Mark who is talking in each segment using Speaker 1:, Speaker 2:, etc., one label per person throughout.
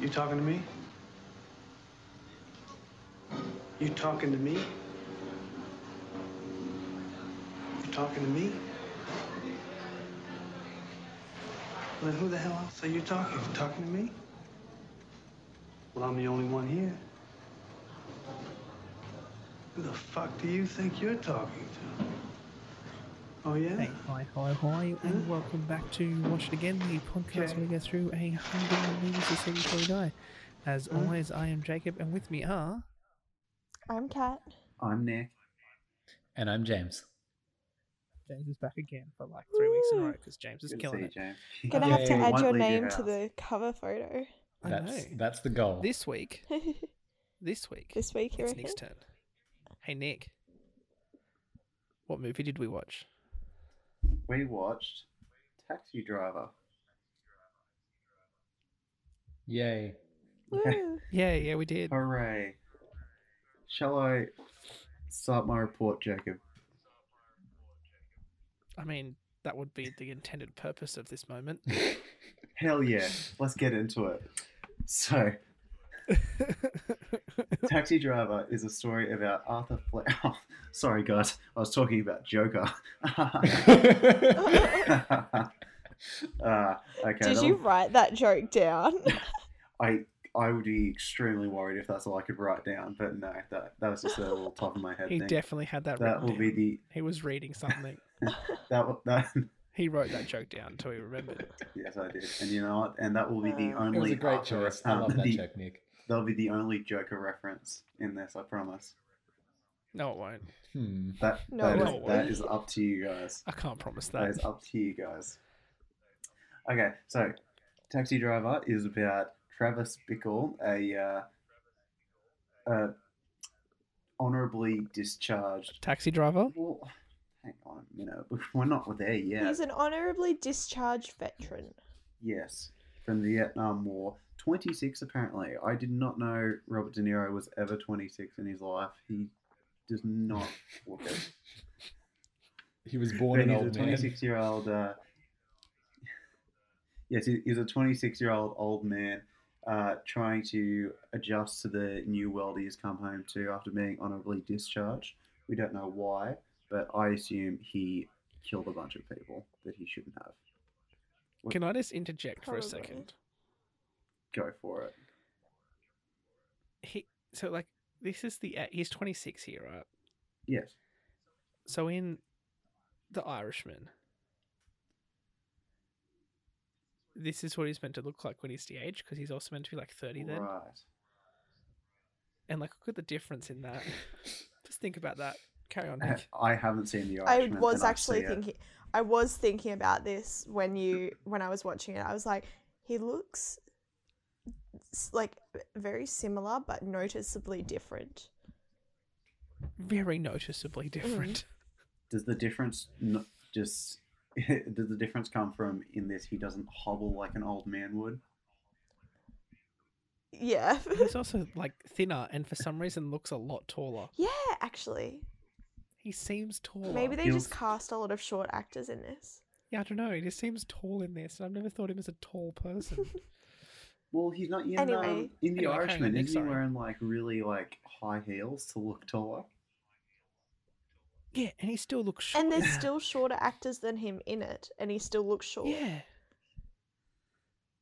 Speaker 1: You talking to me? You talking to me? You talking to me? Well, then who the hell else are you talking? You talking to me? Well, I'm the only one here. Who the fuck do you think you're talking to? Oh, yeah?
Speaker 2: Hey, hi, hi, hi, and welcome back to Watch It Again, the podcast where we go through a hundred movies to see before we die. As always, I am Jacob, and with me are
Speaker 3: I'm Kat.
Speaker 4: I'm Nick.
Speaker 5: And I'm James.
Speaker 2: James is back again for like three weeks in a row
Speaker 3: Woo.
Speaker 2: because James is
Speaker 4: Good to see
Speaker 2: killing
Speaker 4: you,
Speaker 2: it.
Speaker 4: James.
Speaker 3: Gonna have to
Speaker 5: Yay.
Speaker 3: add
Speaker 4: Might
Speaker 3: your
Speaker 4: leave your
Speaker 3: name to
Speaker 4: house.
Speaker 3: the cover photo.
Speaker 2: I
Speaker 5: That's
Speaker 2: know.
Speaker 5: that's the goal.
Speaker 2: This week, this week,
Speaker 3: this week, you
Speaker 2: it's
Speaker 3: reckon?
Speaker 2: Nick's turn. Hey, Nick, what movie did we watch?
Speaker 4: We watched Taxi Driver.
Speaker 5: Yay.
Speaker 3: Woo.
Speaker 2: Yeah, yeah, we did.
Speaker 4: Hooray. Shall I start my report, Jacob?
Speaker 2: I mean, that would be the intended purpose of this moment.
Speaker 4: Hell yeah. Let's get into it. So, Taxi Driver is a story about Arthur Fleck. Oh, sorry, guys. I was talking about Joker. uh, okay.
Speaker 3: Did
Speaker 4: that
Speaker 3: you
Speaker 4: was-
Speaker 3: write that joke down?
Speaker 4: I I would be extremely worried if that's all I could write down, but no, that, that was just a little top of my head
Speaker 2: he
Speaker 4: thing.
Speaker 2: definitely had that.
Speaker 4: that
Speaker 2: written
Speaker 4: will be
Speaker 2: down.
Speaker 4: the
Speaker 2: He was reading something.
Speaker 4: that will- that
Speaker 2: He wrote that joke down until he remembered.
Speaker 4: yes I did, and you know what? And that will be the
Speaker 3: Wow.
Speaker 5: It was
Speaker 4: only
Speaker 5: a great
Speaker 4: Arthur-
Speaker 5: choice. I
Speaker 4: um,
Speaker 5: love that
Speaker 4: the-
Speaker 5: joke, Nick.
Speaker 4: That'll be the only Joker reference in this, I promise.
Speaker 2: No, it won't.
Speaker 5: Hmm.
Speaker 4: That
Speaker 3: No
Speaker 4: that,
Speaker 2: way.
Speaker 4: is, that is up to you guys.
Speaker 2: I can't promise
Speaker 4: That
Speaker 2: that.
Speaker 4: is up to you guys. Okay, so Taxi Driver is about Travis Bickle, a uh, uh, honorably discharged
Speaker 2: Taxi driver.
Speaker 4: Well, hang on a minute. We're not there yet.
Speaker 3: He's an honorably discharged veteran.
Speaker 4: Yes, from the Vietnam War. 26, apparently. I did not know Robert De Niro was ever 26 in his life. He does not look it.
Speaker 5: He was born
Speaker 4: But
Speaker 5: an
Speaker 4: he's a
Speaker 5: old man.
Speaker 4: 26 year old. Uh... Yes, he- he's a 26 year old old man uh, trying to adjust to the new world he has come home to after being honorably discharged. We don't know why, but I assume he killed a bunch of people that he shouldn't have. What-
Speaker 2: Can I just interject for a
Speaker 3: Probably.
Speaker 2: second?
Speaker 4: Go for it.
Speaker 2: He so like this is the he's 26 here, right?
Speaker 4: Yes.
Speaker 2: So in The Irishman, this is what he's meant to look like when he's the age because he's also meant to be like 30 then.
Speaker 4: Right.
Speaker 2: And like look at the difference in that. just think about that. Carry on,
Speaker 4: I
Speaker 2: Nick.
Speaker 4: I haven't seen the
Speaker 3: I
Speaker 4: Irishman.
Speaker 3: was
Speaker 4: and I
Speaker 3: actually
Speaker 4: see it.
Speaker 3: thinking I was thinking about this when you when I was watching it. I was like, he looks s- like very similar but noticeably different.
Speaker 2: Very
Speaker 3: Mm.
Speaker 2: noticeably different.
Speaker 4: Does the difference n- just? does the difference come from in this? He doesn't hobble like an old man would.
Speaker 3: Yeah.
Speaker 2: he's also like thinner and for some reason looks a lot taller.
Speaker 3: yeah, actually.
Speaker 2: He seems taller.
Speaker 3: Maybe they
Speaker 4: He'll-
Speaker 3: just cast a lot of short actors in this.
Speaker 2: Yeah, I don't know. He just seems tall in this, and I've never thought him as a tall person.
Speaker 4: Well, he's not in
Speaker 3: Anyway.
Speaker 4: um, in the
Speaker 2: Anyway, carry on,
Speaker 4: Irishman.
Speaker 2: Nick,
Speaker 4: Isn't
Speaker 2: sorry.
Speaker 4: he wearing like really like high heels to look taller?
Speaker 2: yeah, and he still looks short.
Speaker 3: And there's
Speaker 2: in that.
Speaker 3: still shorter actors than him in it, and he still looks short.
Speaker 2: yeah.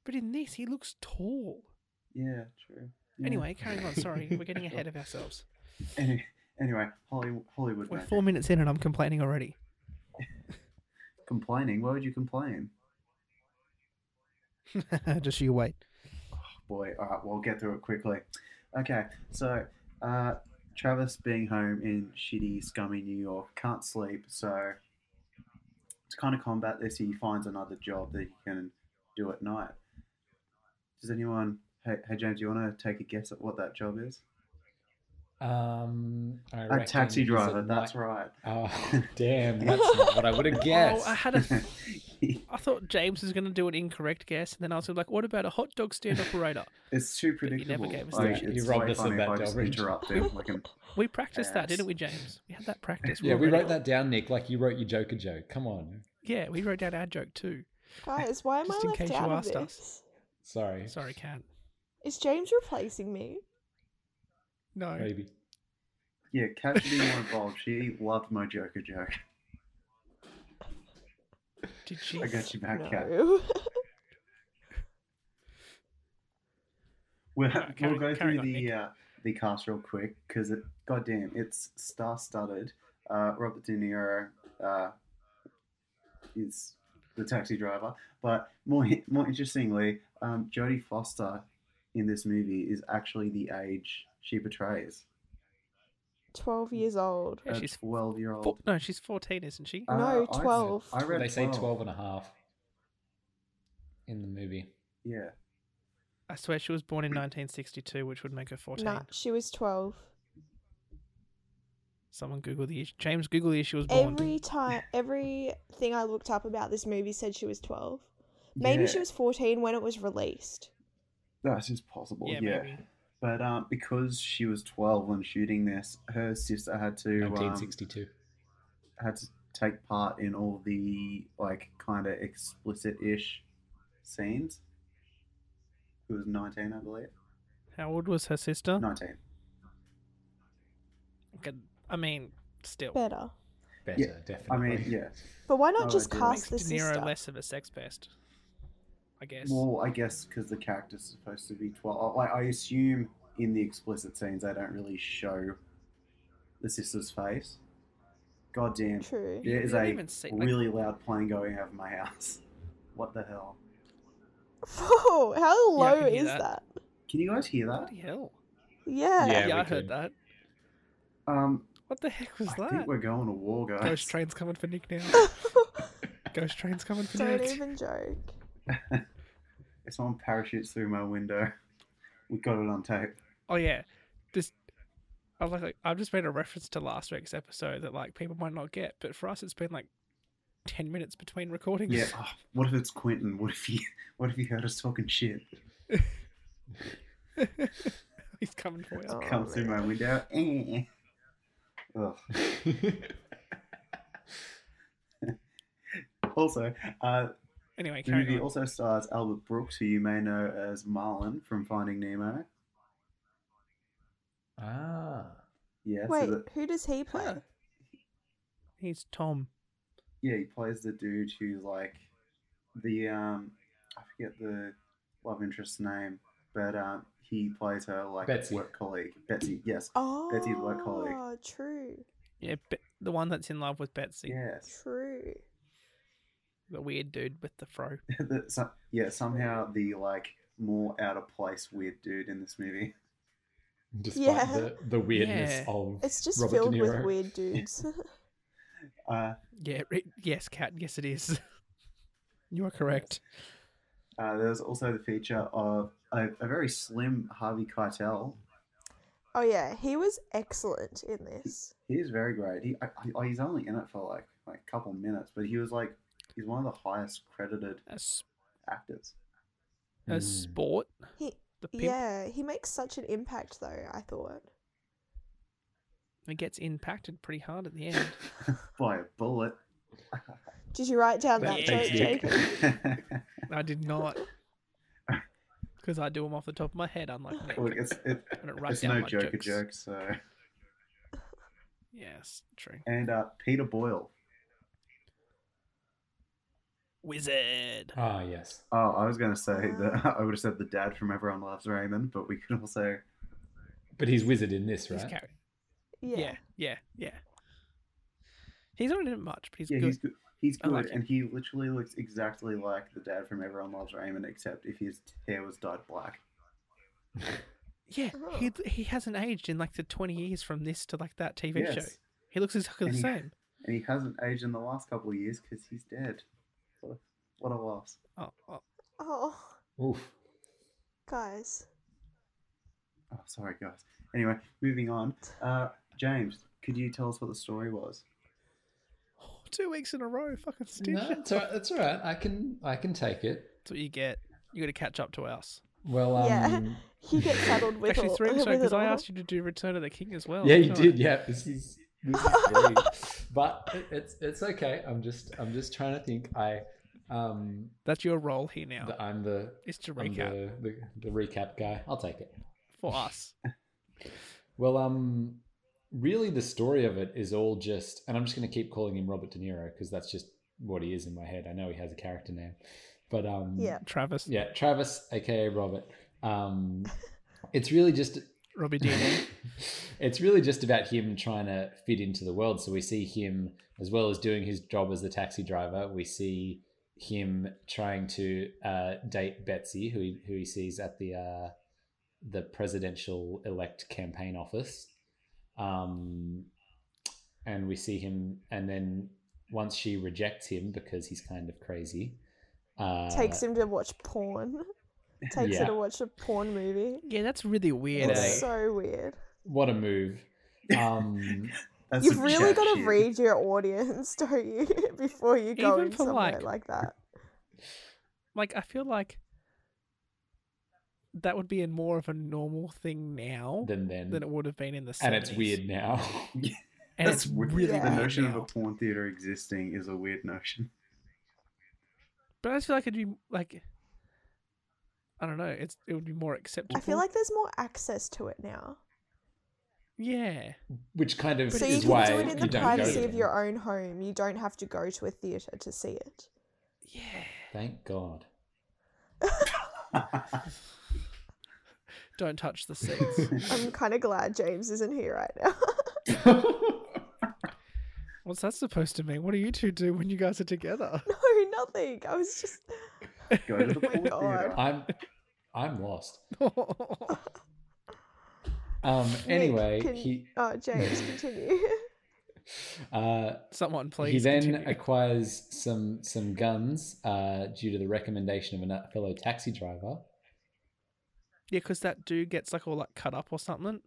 Speaker 2: But in this, he looks tall.
Speaker 4: Yeah, true. Yeah.
Speaker 2: Anyway, carrying on. Sorry, we're getting ahead of ourselves.
Speaker 4: Any- anyway, Hollywood, Hollywood
Speaker 2: We're
Speaker 4: magic.
Speaker 2: four minutes in, and I'm complaining already.
Speaker 4: complaining. Why would you complain?
Speaker 2: Just you wait.
Speaker 4: boy. All right, we'll get through it quickly. Okay, so uh, Travis being home in shitty, scummy New York can't sleep. So to kind of combat this, he finds another job that he can do at night. Does anyone? Hey, hey James, do you want to take a guess at what that job is?
Speaker 5: Um, I
Speaker 4: A
Speaker 5: reckon
Speaker 4: taxi
Speaker 5: he's a
Speaker 4: driver.
Speaker 5: ni-
Speaker 4: That's right.
Speaker 5: Oh, damn. That's not what I would have guessed.
Speaker 2: Oh, I had a. I thought James was going to do an incorrect guess, and then I was gonna be like, "What about a hot dog stand operator?"
Speaker 4: it's too
Speaker 2: But you never
Speaker 4: predictable.
Speaker 2: gave us
Speaker 4: Like,
Speaker 2: that.
Speaker 4: it's
Speaker 5: You robbed
Speaker 4: way
Speaker 5: us of
Speaker 4: funny
Speaker 5: that
Speaker 4: if I just
Speaker 5: job, Rich.
Speaker 4: interrupt him like an
Speaker 2: We practiced that, didn't
Speaker 4: Yes.
Speaker 2: we, James? We had that practice.
Speaker 5: yeah,
Speaker 2: were
Speaker 5: we
Speaker 2: ready.
Speaker 5: wrote that down, Nick, like you wrote your Joker joke. Come on.
Speaker 2: Yeah, we wrote down our joke too.
Speaker 3: Guys, why am
Speaker 2: Just
Speaker 3: I
Speaker 2: in
Speaker 3: left
Speaker 2: case you
Speaker 3: out of
Speaker 2: asked
Speaker 3: this?
Speaker 2: us.
Speaker 5: Sorry.
Speaker 2: Sorry, Cat.
Speaker 3: Is James replacing me?
Speaker 2: No.
Speaker 5: Maybe.
Speaker 4: Yeah, Kat should be more involved. She loved my Joker joke.
Speaker 2: Did she?
Speaker 4: I got you back, Kat.
Speaker 3: No.
Speaker 4: We'll,
Speaker 2: Alright,
Speaker 4: we'll
Speaker 2: carry-
Speaker 4: go
Speaker 2: carry
Speaker 4: through
Speaker 2: on,
Speaker 4: the
Speaker 2: Nick.
Speaker 4: uh, the cast real quick because it, goddamn, it's star-studded. Uh, Robert De Niro uh, is the taxi driver, but more more interestingly, um, Jodie Foster in this movie is actually the age she portrays.
Speaker 3: 12 years old.
Speaker 2: Yeah,
Speaker 4: a
Speaker 2: she's Four,
Speaker 4: twelve-year-old. Uh,
Speaker 2: no, she's 14, isn't she?
Speaker 3: No,
Speaker 4: I-
Speaker 3: 12.
Speaker 4: I, read
Speaker 5: They say 12 and a half in the movie.
Speaker 4: Yeah.
Speaker 2: I swear she was born in 1962, which would make her 14.
Speaker 3: Nah, she was 12.
Speaker 2: Someone Google the year. James Google the year she was born.
Speaker 3: Every time, everything I looked up about this movie said she was 12. Maybe she
Speaker 4: Yeah.
Speaker 3: was 14 when it was released.
Speaker 4: That's just possible.
Speaker 2: yeah,
Speaker 4: Yeah.
Speaker 2: maybe.
Speaker 4: But um, because she was twelve when shooting this, her sister had to um,
Speaker 5: 1962.
Speaker 4: had to take part in all the like kind of explicit-ish scenes. Who was nineteen, I believe.
Speaker 2: How old was her sister?
Speaker 4: Nineteen.
Speaker 2: Good- I mean, still.
Speaker 3: Better.
Speaker 5: Better,
Speaker 4: Yeah, I
Speaker 5: definitely.
Speaker 4: mean, yeah.
Speaker 3: But why not
Speaker 4: No
Speaker 3: just
Speaker 4: idea.
Speaker 3: cast
Speaker 2: Makes
Speaker 3: the
Speaker 2: De Niro
Speaker 3: sister?
Speaker 2: less of a sex pest, I guess.
Speaker 4: Well, I guess because the character's supposed to be twelve. Like, I assume in the explicit scenes they don't really show the sister's face. Goddamn.
Speaker 3: True.
Speaker 4: There
Speaker 2: You
Speaker 4: is
Speaker 2: don't
Speaker 4: a
Speaker 2: even see- like-
Speaker 4: really loud plane going over my house. What the hell?
Speaker 3: Whoa, how
Speaker 2: Yeah, I
Speaker 3: low
Speaker 2: can hear
Speaker 3: is
Speaker 2: that.
Speaker 3: that?
Speaker 4: Can you guys hear that?
Speaker 2: Bloody hell. Oh,
Speaker 3: Yeah.
Speaker 5: Yeah. we
Speaker 2: I
Speaker 5: could.
Speaker 2: heard that.
Speaker 4: Um,
Speaker 2: What the heck was
Speaker 4: I think
Speaker 2: that?
Speaker 4: we're going to war, guys.
Speaker 2: Ghost train's coming for Nick now. Ghost train's coming for
Speaker 3: Don't
Speaker 2: Nick.
Speaker 3: even joke.
Speaker 4: If someone parachutes through my window, we got it on tape.
Speaker 2: Oh yeah, this. I was like, I've just made a reference to last week's episode that like people might not get, but for us it's been like ten minutes between recordings.
Speaker 4: Yeah. oh, what if it's Quentin? What if he? What if he heard us talking shit?
Speaker 2: he's coming for us.
Speaker 3: Oh,
Speaker 4: Comes through
Speaker 3: man.
Speaker 4: my window. Eh. Ugh. Also, uh,
Speaker 2: Anyway,
Speaker 4: the
Speaker 2: carry
Speaker 4: movie
Speaker 2: on.
Speaker 4: also stars Albert Brooks, who you may know as Marlin from Finding Nemo.
Speaker 5: ah.
Speaker 4: Yeah.
Speaker 3: Wait,
Speaker 4: So that,
Speaker 3: who does he play?
Speaker 2: Huh. He's Tom.
Speaker 4: yeah, he plays the dude who's like the um, I forget the love interest's name, but um, he plays her like
Speaker 5: Betsy.
Speaker 4: work colleague. Betsy. Yes.
Speaker 3: Oh,
Speaker 4: Betty the White Collie.
Speaker 3: true,
Speaker 2: Yeah, Be- the one that's in love with Betsy,
Speaker 4: Yes.
Speaker 3: true.
Speaker 2: the weird dude with the fro.
Speaker 4: That so- yeah, somehow the like more out of place weird dude in this movie.
Speaker 5: Despite
Speaker 3: Yeah.
Speaker 5: the, the weirdness
Speaker 2: Yeah.
Speaker 5: of
Speaker 3: It's just
Speaker 5: Robert
Speaker 3: filled
Speaker 5: De
Speaker 3: with
Speaker 5: Niro.
Speaker 3: weird dudes.
Speaker 4: Uh,
Speaker 2: Yeah, it, yes, cat. Yes, it is. you are correct.
Speaker 4: uh, there's also the feature of a, a very slim Harvey Keitel.
Speaker 3: oh yeah, he was excellent in this.
Speaker 4: He is very great. He I, I, he's only in it for like like a couple minutes, but he was like he's one of the highest credited
Speaker 2: A, s-
Speaker 4: actors.
Speaker 2: a
Speaker 4: Hmm.
Speaker 5: Mm.
Speaker 2: sport.
Speaker 3: He,
Speaker 2: The pimp.
Speaker 3: yeah, he makes such an impact though. I thought.
Speaker 2: It gets impacted pretty hard at the end.
Speaker 4: By a bullet.
Speaker 3: Did you write down that
Speaker 5: That
Speaker 3: joke,
Speaker 5: makes me-
Speaker 3: Jacob?
Speaker 2: I did not. Because I do them off the top of my head, unlike Nick.
Speaker 4: Look, it's it,
Speaker 2: And it writes
Speaker 4: it's
Speaker 2: down
Speaker 4: no
Speaker 2: my
Speaker 4: Joker
Speaker 2: jokes.
Speaker 4: joke. So
Speaker 2: Yes, true.
Speaker 4: and uh, Peter Boyle.
Speaker 2: Wizard.
Speaker 5: Ah, yes.
Speaker 4: Oh, I was gonna say that I would have said the dad from Everyone Loves Raymond, but we could also
Speaker 5: But he's wizard in this,
Speaker 2: He's
Speaker 5: right?
Speaker 2: carry-
Speaker 3: Yeah.
Speaker 2: yeah. yeah, yeah, He's not in it much, but he's
Speaker 4: yeah,
Speaker 2: good.
Speaker 4: he's good. He's
Speaker 2: I
Speaker 4: good,
Speaker 2: like him.
Speaker 4: and he literally looks exactly like the dad from Everyone Loves Raymond, except if his hair was dyed black.
Speaker 2: Yeah,
Speaker 5: Uh-huh.
Speaker 2: he he hasn't aged in like the twenty years from this to like that TV show.
Speaker 4: Yes.
Speaker 2: He looks exactly the
Speaker 4: And he-
Speaker 2: same.
Speaker 4: And he hasn't aged in the last couple of years because he's dead. What a, what a loss.
Speaker 2: Oh, oh,
Speaker 3: Oh,
Speaker 5: Oof.
Speaker 3: guys.
Speaker 4: Oh, sorry, guys. Anyway, moving on. Uh, James, could you tell us what the story was?
Speaker 2: two weeks in a row, fucking stitch.
Speaker 5: No, that's all right. That's all right. I can I can take it.
Speaker 2: That's what you get. You got to catch up to us.
Speaker 5: Well, um,
Speaker 3: Yeah. He gets saddled with
Speaker 2: Actually,
Speaker 3: all-
Speaker 2: three weeks
Speaker 3: with
Speaker 2: because
Speaker 3: it
Speaker 2: I
Speaker 3: all.
Speaker 2: asked you to do Return of the King as well.
Speaker 5: Yeah, you
Speaker 2: didn't I?
Speaker 5: did. Yeah, this is, this is very- but it, it's it's okay. I'm just I'm just trying to think. I Um,
Speaker 2: That's your role here now.
Speaker 5: the- I'm the
Speaker 2: is to
Speaker 5: I'm
Speaker 2: recap
Speaker 5: The, the, the recap guy. I'll take it.
Speaker 2: for us.
Speaker 5: Well, um, really, the story of it is all just, and I'm just going to keep calling him Robert De Niro because that's just what he is in my head. I know he has a character name, but um,
Speaker 3: Yeah.
Speaker 2: Travis,
Speaker 5: yeah, Travis, aka Robert. Um, it's really just
Speaker 2: Robbie DNA.
Speaker 5: it's really just about him trying to fit into the world. So we see him as well as doing his job as the taxi driver. We see him trying to uh, date Betsy, who he, who he sees at the uh, the presidential elect campaign office. Um, and we see him, and then once she rejects him because he's kind of crazy, uh,
Speaker 3: Takes him to watch porn. Takes her
Speaker 5: Yeah.
Speaker 3: to watch a porn movie.
Speaker 2: yeah, that's really weird.
Speaker 5: Well,
Speaker 2: eh?
Speaker 3: It's so weird.
Speaker 5: What a move! Um,
Speaker 4: That's
Speaker 3: You've
Speaker 4: some
Speaker 3: really
Speaker 4: chat
Speaker 3: got to
Speaker 4: shit.
Speaker 3: read your audience, don't you, before you go
Speaker 2: Even
Speaker 3: in
Speaker 2: for,
Speaker 3: somewhere
Speaker 2: like-
Speaker 3: like, that.
Speaker 2: like I feel like that would be a more of a normal thing now than,
Speaker 5: than then,
Speaker 2: it would have been in the 70s.
Speaker 5: and it's weird now.
Speaker 2: And
Speaker 4: That's
Speaker 2: it's
Speaker 4: weird.
Speaker 2: really
Speaker 3: Yeah.
Speaker 4: The
Speaker 2: weird
Speaker 4: notion of a
Speaker 2: now.
Speaker 4: porn theater existing is a weird notion.
Speaker 2: But I just feel like it'd be like I don't know, it's it would be more acceptable.
Speaker 3: I feel like there's more access to it now.
Speaker 2: Yeah.
Speaker 5: which kind of
Speaker 2: But
Speaker 3: so
Speaker 2: it
Speaker 3: you
Speaker 5: is
Speaker 3: can
Speaker 5: why
Speaker 3: do it in the
Speaker 5: you don't go
Speaker 3: privacy
Speaker 5: to
Speaker 3: of
Speaker 5: them.
Speaker 3: your own home. You don't have to go to a theatre to see it.
Speaker 2: Yeah.
Speaker 5: Thank God.
Speaker 2: Don't touch the seats.
Speaker 3: I'm kind of glad James isn't here right now.
Speaker 2: What's that supposed to mean? What do you two do when you guys are together?
Speaker 3: no, nothing. I was just.
Speaker 4: Go to the
Speaker 3: my
Speaker 4: porn
Speaker 3: God.
Speaker 4: theater.
Speaker 5: I'm I'm lost. Um anyway,
Speaker 3: can-
Speaker 5: he
Speaker 3: Oh, James, continue.
Speaker 5: uh
Speaker 2: Someone please.
Speaker 5: he then
Speaker 2: continue.
Speaker 5: acquires some some guns uh due to the recommendation of a fellow taxi driver.
Speaker 2: Yeah, because that dude gets like all like cut up or something.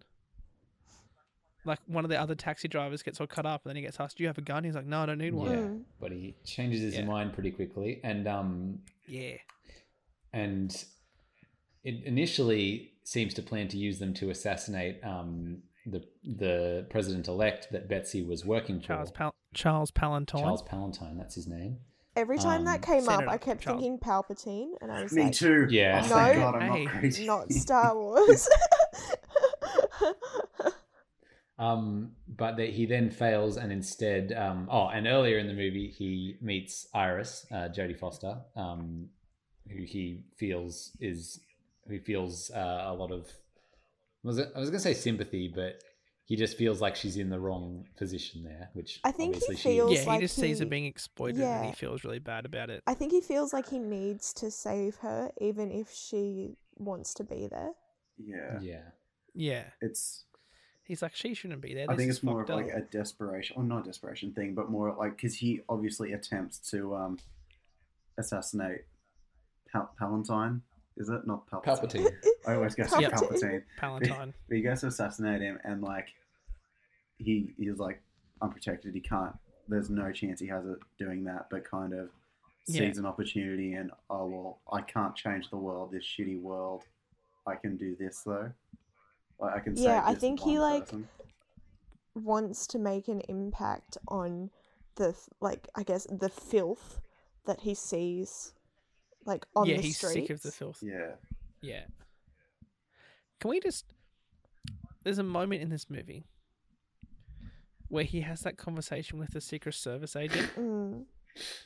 Speaker 2: Like one of the other taxi drivers gets all cut up, and then he gets asked, "Do you have a gun?" He's like, "No, I don't need one."
Speaker 5: Yeah.
Speaker 3: Mm.
Speaker 5: But he changes his
Speaker 2: Yeah.
Speaker 5: mind pretty quickly and um
Speaker 2: Yeah,
Speaker 5: and it initially seems to plan to use them to assassinate um the the president elect that Betsy was working
Speaker 2: Charles
Speaker 5: for.
Speaker 2: Pal- Charles Palantine.
Speaker 5: Charles Palantine, that's his name.
Speaker 3: Every time that
Speaker 5: Um,
Speaker 3: came up,
Speaker 2: Senator
Speaker 3: I kept
Speaker 2: Charles.
Speaker 3: thinking Palpatine, and I was
Speaker 4: Me
Speaker 3: like,
Speaker 4: too.
Speaker 5: Yeah.
Speaker 4: Oh, thank
Speaker 3: No,
Speaker 4: God I'm
Speaker 2: hey,
Speaker 4: not crazy.
Speaker 3: not Star Wars.
Speaker 5: Um, but that he then fails, and instead, um, oh, and earlier in the movie, he meets Iris, uh, Jodie Foster, um, who he feels is who he feels uh, a lot of was it, I was gonna say sympathy, but he just feels like she's in the wrong position there, which
Speaker 3: I think he
Speaker 5: obviously
Speaker 3: feels-
Speaker 5: she
Speaker 2: yeah,
Speaker 5: is.
Speaker 2: he
Speaker 3: like
Speaker 2: just sees her
Speaker 3: he-
Speaker 2: being exploited, and he
Speaker 3: yeah.
Speaker 2: feels really bad about it.
Speaker 3: I think he feels like he needs to save her, even if she wants to be there.
Speaker 4: Yeah,
Speaker 5: yeah.
Speaker 2: Yeah,
Speaker 4: it's.
Speaker 2: he's like, "She shouldn't be there."
Speaker 4: I
Speaker 2: This
Speaker 4: think
Speaker 2: is
Speaker 4: it's more of
Speaker 2: fucked
Speaker 4: like
Speaker 2: up."
Speaker 4: a desperation, or not desperation thing, but more like because he obviously attempts to um assassinate Pal- Palantine. Is it not Palpatine?
Speaker 5: Palpatine.
Speaker 4: I always go say
Speaker 2: Yep.
Speaker 4: Palpatine.
Speaker 2: Palantine.
Speaker 4: But he goes to assassinate him, and like he he's like unprotected. He can't. There's no chance he has it doing that. But kind of
Speaker 2: Yeah.
Speaker 4: sees an opportunity, and oh well, I can't change the world. This shitty world. I can do this though. Like I can.
Speaker 3: Yeah,
Speaker 4: save
Speaker 3: I
Speaker 4: this
Speaker 3: think he,
Speaker 4: one
Speaker 3: like,
Speaker 4: person.
Speaker 3: Wants to make an impact on the f- like, I guess the filth that he sees, like on
Speaker 2: yeah,
Speaker 3: the
Speaker 2: he's
Speaker 3: streets.
Speaker 2: sick of the filth.
Speaker 4: Yeah.
Speaker 2: Yeah. Can we just? There's a moment in this movie where he has that conversation with the Secret Service agent.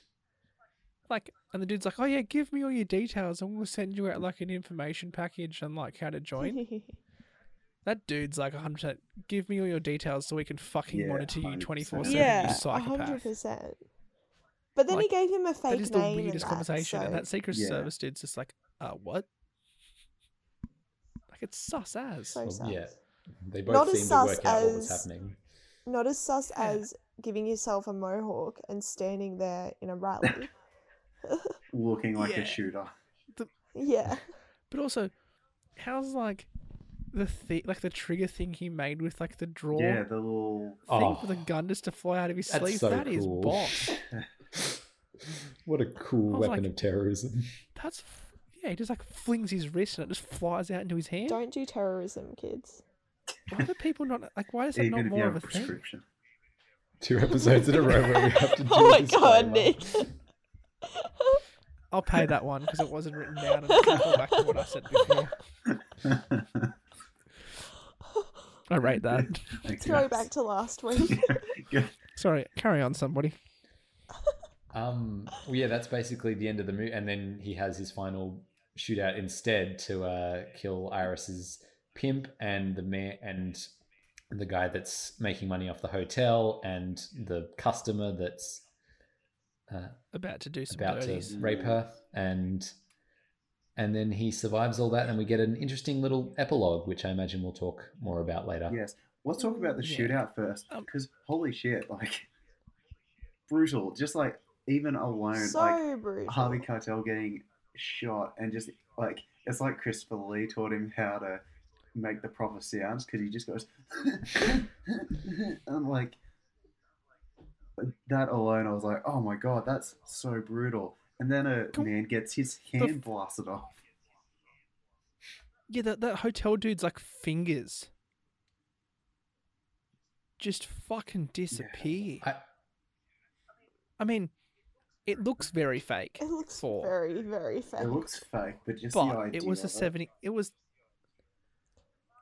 Speaker 3: Mm.
Speaker 2: like and the dude's like oh yeah give me all your details and we'll send you out like an information package on like how to join that dude's like 100% give me all your details so we can fucking
Speaker 4: Yeah,
Speaker 2: monitor you 24
Speaker 4: 100%.
Speaker 2: 7
Speaker 3: yeah,
Speaker 2: you
Speaker 3: a hundred
Speaker 2: psychopath
Speaker 3: percent. But then
Speaker 2: Like,
Speaker 3: he gave him a fake
Speaker 2: that is the
Speaker 3: name.
Speaker 2: weirdest
Speaker 3: and that,
Speaker 2: conversation
Speaker 3: so-
Speaker 2: and that secret
Speaker 4: Yeah.
Speaker 2: service dude's just like uh what like it's sus as
Speaker 3: So sus.
Speaker 5: yeah. They both
Speaker 3: Not as
Speaker 5: seem to
Speaker 3: sus
Speaker 5: work out what was
Speaker 3: as-
Speaker 5: happening.
Speaker 3: Not as sus
Speaker 2: Yeah.
Speaker 3: as giving yourself a mohawk and standing there in a rally.
Speaker 4: Looking like
Speaker 2: Yeah.
Speaker 4: a shooter.
Speaker 3: yeah.
Speaker 2: but also how's like the thi- like the trigger thing he made with like the draw
Speaker 4: Yeah, the little.
Speaker 2: thing
Speaker 5: Oh.
Speaker 2: for the gun just to fly out of his
Speaker 5: That's
Speaker 2: sleeve
Speaker 5: so
Speaker 2: That is
Speaker 5: cool.
Speaker 2: boss
Speaker 5: What a cool
Speaker 2: I was
Speaker 5: weapon
Speaker 2: like-
Speaker 5: of terrorism.
Speaker 2: that's f- yeah he just like flings his wrist and it just flies out into his hand
Speaker 3: Don't do terrorism, kids.
Speaker 2: Why do people not like? Why is that
Speaker 4: Even
Speaker 2: not
Speaker 4: if you
Speaker 2: more
Speaker 4: have
Speaker 2: of
Speaker 4: a
Speaker 2: a thing?
Speaker 4: prescription.
Speaker 5: Two episodes in a row where we have to do
Speaker 3: Oh my
Speaker 5: this
Speaker 3: god,
Speaker 5: dialogue.
Speaker 3: Nick.
Speaker 2: I'll pay that one because it wasn't written down. And I can go back to what I said before. I rate that.
Speaker 3: Throwback to last week.
Speaker 2: Sorry, carry on, somebody.
Speaker 5: Um, well, yeah, that's basically the end of the movie, and then he has his final shootout instead to uh, kill Iris's pimp and the man and the guy that's making money off the hotel and the customer that's uh,
Speaker 2: About to do some
Speaker 5: about
Speaker 2: dirties.
Speaker 5: to rape her, and and then he survives all that, and we get an interesting little epilogue, which I imagine we'll talk more about later.
Speaker 4: Yes. Let's talk about the
Speaker 2: Yeah.
Speaker 4: shootout first,
Speaker 2: Um,
Speaker 4: because holy shit, like brutal. Just like even alone,
Speaker 3: so
Speaker 4: like
Speaker 3: brutal.
Speaker 4: Harvey Cartel getting shot and just like it's like Christopher Lee taught him how to make the proper sounds because he just goes and like that alone I was like oh my god that's so brutal and then a
Speaker 2: Can-
Speaker 4: man gets his hand blasted off
Speaker 2: Yeah, that, that hotel dude's like fingers just fucking disappear.
Speaker 5: I-
Speaker 2: I mean, it looks very fake.
Speaker 3: It looks
Speaker 2: for-
Speaker 3: very, very fake.
Speaker 4: it looks fake but just the
Speaker 2: but
Speaker 4: idea
Speaker 2: it was
Speaker 4: of
Speaker 2: a 70 it was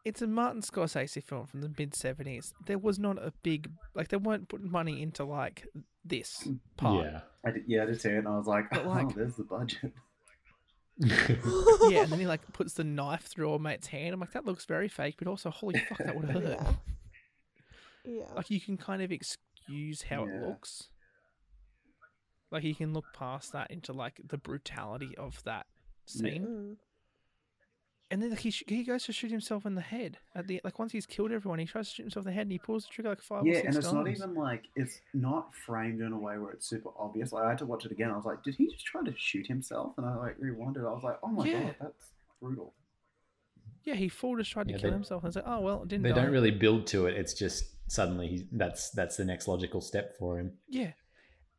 Speaker 2: it's a martin scorsese film from the mid 70s there was not a big like they weren't putting money into like this part
Speaker 5: Yeah.
Speaker 4: I did, Mm, yeah I did see it and I was like
Speaker 2: But,
Speaker 4: oh
Speaker 2: like-
Speaker 4: there's the budget
Speaker 2: yeah. and then he like puts the knife through old mate's hand i'm like that looks very fake but also holy fuck that would hurt
Speaker 3: yeah. Yeah.
Speaker 2: like you can kind of excuse how it
Speaker 4: Yeah.
Speaker 2: looks like you can look past that into like the brutality of that
Speaker 4: Yeah.
Speaker 2: scene
Speaker 3: Mm.
Speaker 2: And then like, he sh- he goes to shoot himself in the head at the like once he's killed everyone he tries to shoot himself in the head and he pulls the trigger like five or
Speaker 4: yeah
Speaker 2: six
Speaker 4: and it's
Speaker 2: times.
Speaker 4: not even like it's not framed in a way where it's super obvious like i had to watch it again i was like did he just try to shoot himself and i like rewound it i was like oh my
Speaker 2: Yeah.
Speaker 4: god that's brutal
Speaker 2: Yeah, he full just tried
Speaker 5: Yeah,
Speaker 2: to kill
Speaker 5: they-
Speaker 2: himself and it's like, oh well, it didn't.
Speaker 5: They
Speaker 2: die.
Speaker 5: don't really build to it. It's just suddenly he, that's that's the next logical step for him.
Speaker 2: Yeah,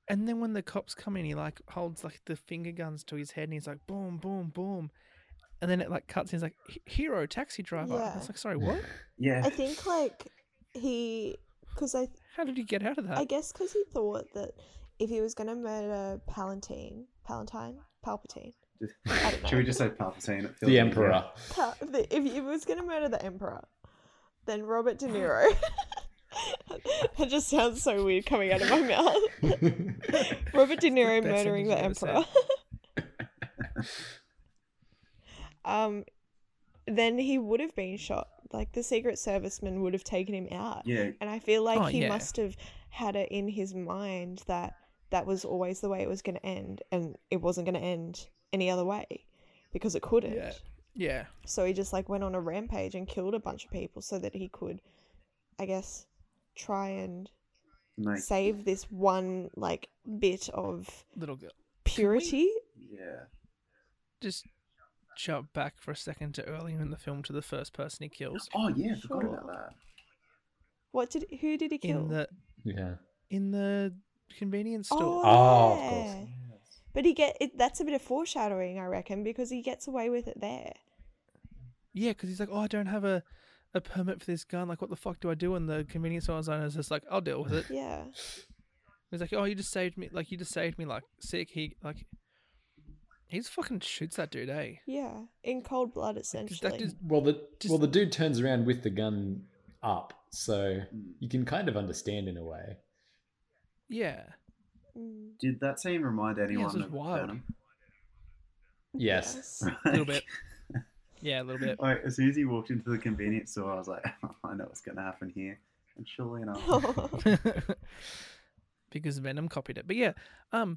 Speaker 2: and then when the cops come in, he like holds like the finger guns to his head and he's like, boom, boom, boom, and then it like cuts. And he's like, "He- hero taxi driver. And
Speaker 3: Yeah.
Speaker 2: it's like, sorry, what?
Speaker 4: yeah
Speaker 3: I think like he, because I,
Speaker 2: How did he get out of that?
Speaker 3: I guess because he thought that if he was gonna murder Palantine, Palantine, Palpatine, I don't
Speaker 4: should we
Speaker 3: know.
Speaker 4: just say palpatine It feels
Speaker 5: The
Speaker 4: easier.
Speaker 5: emperor.
Speaker 3: Pal- the- if he was gonna murder the Emperor, then Robert De Niro. that just sounds so weird coming out of my mouth. Robert De
Speaker 2: the
Speaker 3: Niro
Speaker 2: best
Speaker 3: murdering the
Speaker 2: sentence you've
Speaker 3: Emperor.
Speaker 2: ever
Speaker 3: um, then he would have been shot. Like the Secret Serviceman would have taken him out.
Speaker 4: yeah
Speaker 3: And I feel like
Speaker 2: Oh,
Speaker 3: he
Speaker 2: yeah.
Speaker 3: must have had it in his mind that that was always the way it was going to end, and it wasn't going to end any other way because it couldn't.
Speaker 2: Yeah. yeah,
Speaker 3: So he just like went on a rampage and killed a bunch of people so that he could, I guess, try and
Speaker 4: like,
Speaker 3: save this one like bit of
Speaker 2: little girl.
Speaker 3: purity.
Speaker 4: yeah
Speaker 2: Just jump back for a second to earlier in the film to the first person he kills
Speaker 4: oh yeah I forgot
Speaker 3: Sure.
Speaker 4: about that
Speaker 3: What did who did he kill?
Speaker 2: in the
Speaker 5: Yeah.
Speaker 2: in the convenience store.
Speaker 5: Oh, of course.
Speaker 3: yeah. But he get it, that's a bit of foreshadowing, I reckon, because he gets away with it there.
Speaker 2: Yeah, because he's like, oh, I don't have a, a permit for this gun. Like, what the fuck do I do? And the convenience store owner's just like, I'll deal with it.
Speaker 3: Yeah.
Speaker 2: He's like, oh, you just saved me. Like, you just saved me. Like, sick. He like, he just fucking shoots that dude, eh?
Speaker 3: Yeah, in cold blood,
Speaker 2: Just-
Speaker 3: essentially.
Speaker 2: That dude,
Speaker 5: Well, the
Speaker 2: Just-
Speaker 5: well the dude turns around with the gun up, so you can kind of understand in a way.
Speaker 2: yeah,
Speaker 3: Mm,
Speaker 4: did that scene remind anyone
Speaker 2: is
Speaker 4: of
Speaker 2: wild.
Speaker 4: Venom?
Speaker 5: Yes.
Speaker 2: a little bit. Yeah, a little bit.
Speaker 4: like as soon as he walked into the convenience store i was like i know what's gonna happen here and surely enough
Speaker 3: yes.
Speaker 2: because Venom copied it. But yeah, um,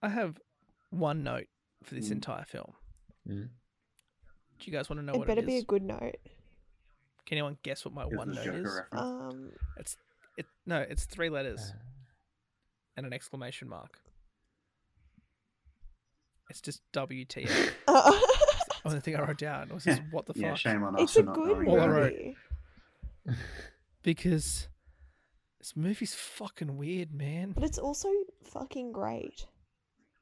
Speaker 2: I have one note for this
Speaker 4: Mm.
Speaker 2: entire film.
Speaker 5: Mm.
Speaker 2: Do you guys want to know
Speaker 3: it
Speaker 2: what
Speaker 3: better
Speaker 2: it
Speaker 3: be a
Speaker 2: is?
Speaker 3: good note.
Speaker 2: Can anyone guess what my
Speaker 4: Is
Speaker 2: one
Speaker 4: this
Speaker 2: note
Speaker 4: Joker
Speaker 2: is?
Speaker 4: reference?
Speaker 3: Um,
Speaker 2: It's it. No, it's three letters.
Speaker 5: Uh,
Speaker 2: and an exclamation mark. It's just WTF. Only thing I wrote down was just what the fuck.
Speaker 4: yeah shame on
Speaker 3: Um,
Speaker 4: us
Speaker 3: it's
Speaker 4: for
Speaker 3: a
Speaker 4: not
Speaker 3: good
Speaker 4: knowing
Speaker 2: Well,
Speaker 4: that.
Speaker 2: I wrote-
Speaker 3: movie.
Speaker 2: Because this movie's fucking weird, man.
Speaker 3: But it's also fucking great.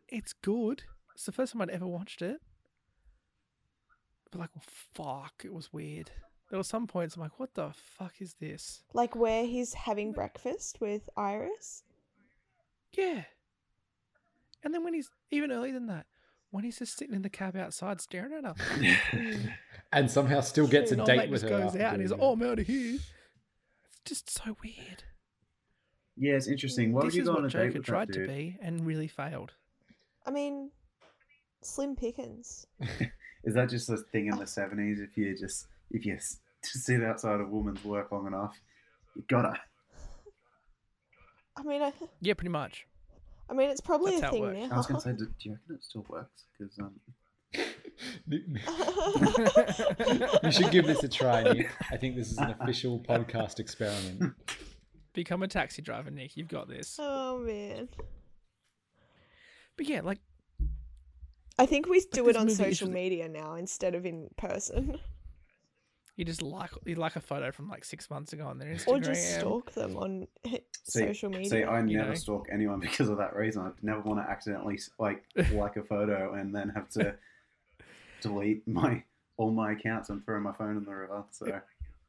Speaker 2: It's good. It's the first time I'd ever watched it. But like, fuck, it was weird. There were some points I'm like, what the fuck is this?
Speaker 3: Like where he's having breakfast with Iris.
Speaker 2: Yeah. And then when he's even earlier than that, when he's just sitting in the cab outside staring at her.
Speaker 3: Mm.
Speaker 5: and somehow still gets a
Speaker 2: And old
Speaker 5: date
Speaker 2: mate
Speaker 5: with
Speaker 2: just
Speaker 5: her.
Speaker 2: goes
Speaker 5: after
Speaker 2: out and he's
Speaker 5: doing
Speaker 2: like, oh, I'm out of here. It's just so weird.
Speaker 4: Yeah, it's interesting. Why would
Speaker 2: this
Speaker 4: you
Speaker 2: is
Speaker 4: go
Speaker 2: what
Speaker 4: on a date
Speaker 2: Joker
Speaker 4: with
Speaker 2: tried
Speaker 4: that
Speaker 2: to
Speaker 4: dude?
Speaker 2: be and really failed.
Speaker 3: I mean, slim pickings.
Speaker 4: Is that just a thing in the seventies? If you just if you s- to sit outside a woman's work long enough, you gotta.
Speaker 3: I mean, I,
Speaker 2: Yeah, pretty much.
Speaker 3: I mean, it's probably
Speaker 2: That's
Speaker 3: a
Speaker 2: how it
Speaker 3: thing
Speaker 2: works.
Speaker 4: I was gonna
Speaker 3: now.
Speaker 4: say, do, do you reckon it still works? Because um,
Speaker 5: it. you should give this a try. Nick. I think this is an official podcast experiment.
Speaker 2: Become a taxi driver, Nick. You've got this.
Speaker 3: oh man.
Speaker 2: But yeah, like
Speaker 3: I think we do
Speaker 2: this
Speaker 3: it on
Speaker 2: movie is
Speaker 3: social
Speaker 2: li-
Speaker 3: media now instead of in person,
Speaker 2: you just like you like a photo from like six months ago on their Instagram.
Speaker 3: or just stalk them on
Speaker 4: see,
Speaker 3: social media.
Speaker 4: See, I
Speaker 2: you
Speaker 4: never
Speaker 2: know.
Speaker 4: stalk anyone because of that reason. I never want to accidentally s- like like a photo and then have to delete my all my accounts and throw my phone in the river. So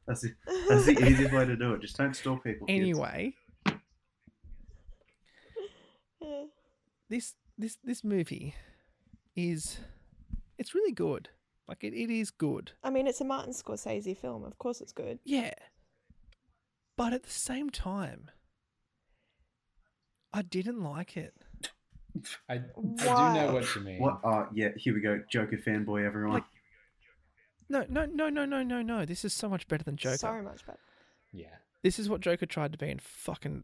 Speaker 4: that's the, that's the easiest way to do it. Just don't stalk people. kids.
Speaker 2: Anyway,
Speaker 3: Yeah.
Speaker 2: this this this movie is it's really good. Like it, it is good.
Speaker 3: I mean, it's a Martin Scorsese film. Of course, it's good.
Speaker 2: Yeah. But at the same time, I didn't like it.
Speaker 5: I, I
Speaker 3: Why?
Speaker 5: do know what you mean.
Speaker 4: What? Oh, yeah. Here we go. Joker fanboy, everyone.
Speaker 2: Like- No, no, no, no, no, no, no. This is so much better than Joker.
Speaker 3: So much better.
Speaker 5: Yeah.
Speaker 2: This is what Joker tried to be and fucking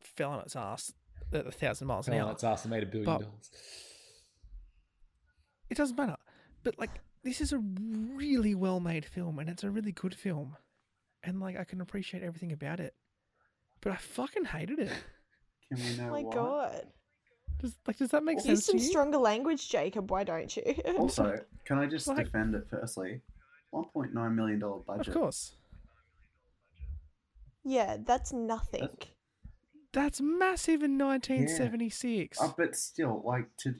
Speaker 2: fell on its ass at a thousand miles an
Speaker 5: Someone
Speaker 2: hour.
Speaker 5: that's asked and made a billion
Speaker 2: But-
Speaker 5: dollars.
Speaker 2: It doesn't matter. But like this is a really well made film and it's a really good film. And like I can appreciate everything about it. But I fucking hated it.
Speaker 4: Can we know
Speaker 3: my
Speaker 4: why?
Speaker 3: God.
Speaker 2: Does like does that make
Speaker 3: Use
Speaker 2: sense
Speaker 3: some
Speaker 2: to you?
Speaker 3: stronger language, Jacob. Why don't you?
Speaker 4: Also, can I just
Speaker 2: Like-
Speaker 4: defend it firstly? One point nine million dollar budget.
Speaker 2: Of course.
Speaker 3: yeah, that's nothing.
Speaker 2: That's massive in 1976.
Speaker 4: Uh, but still, like to.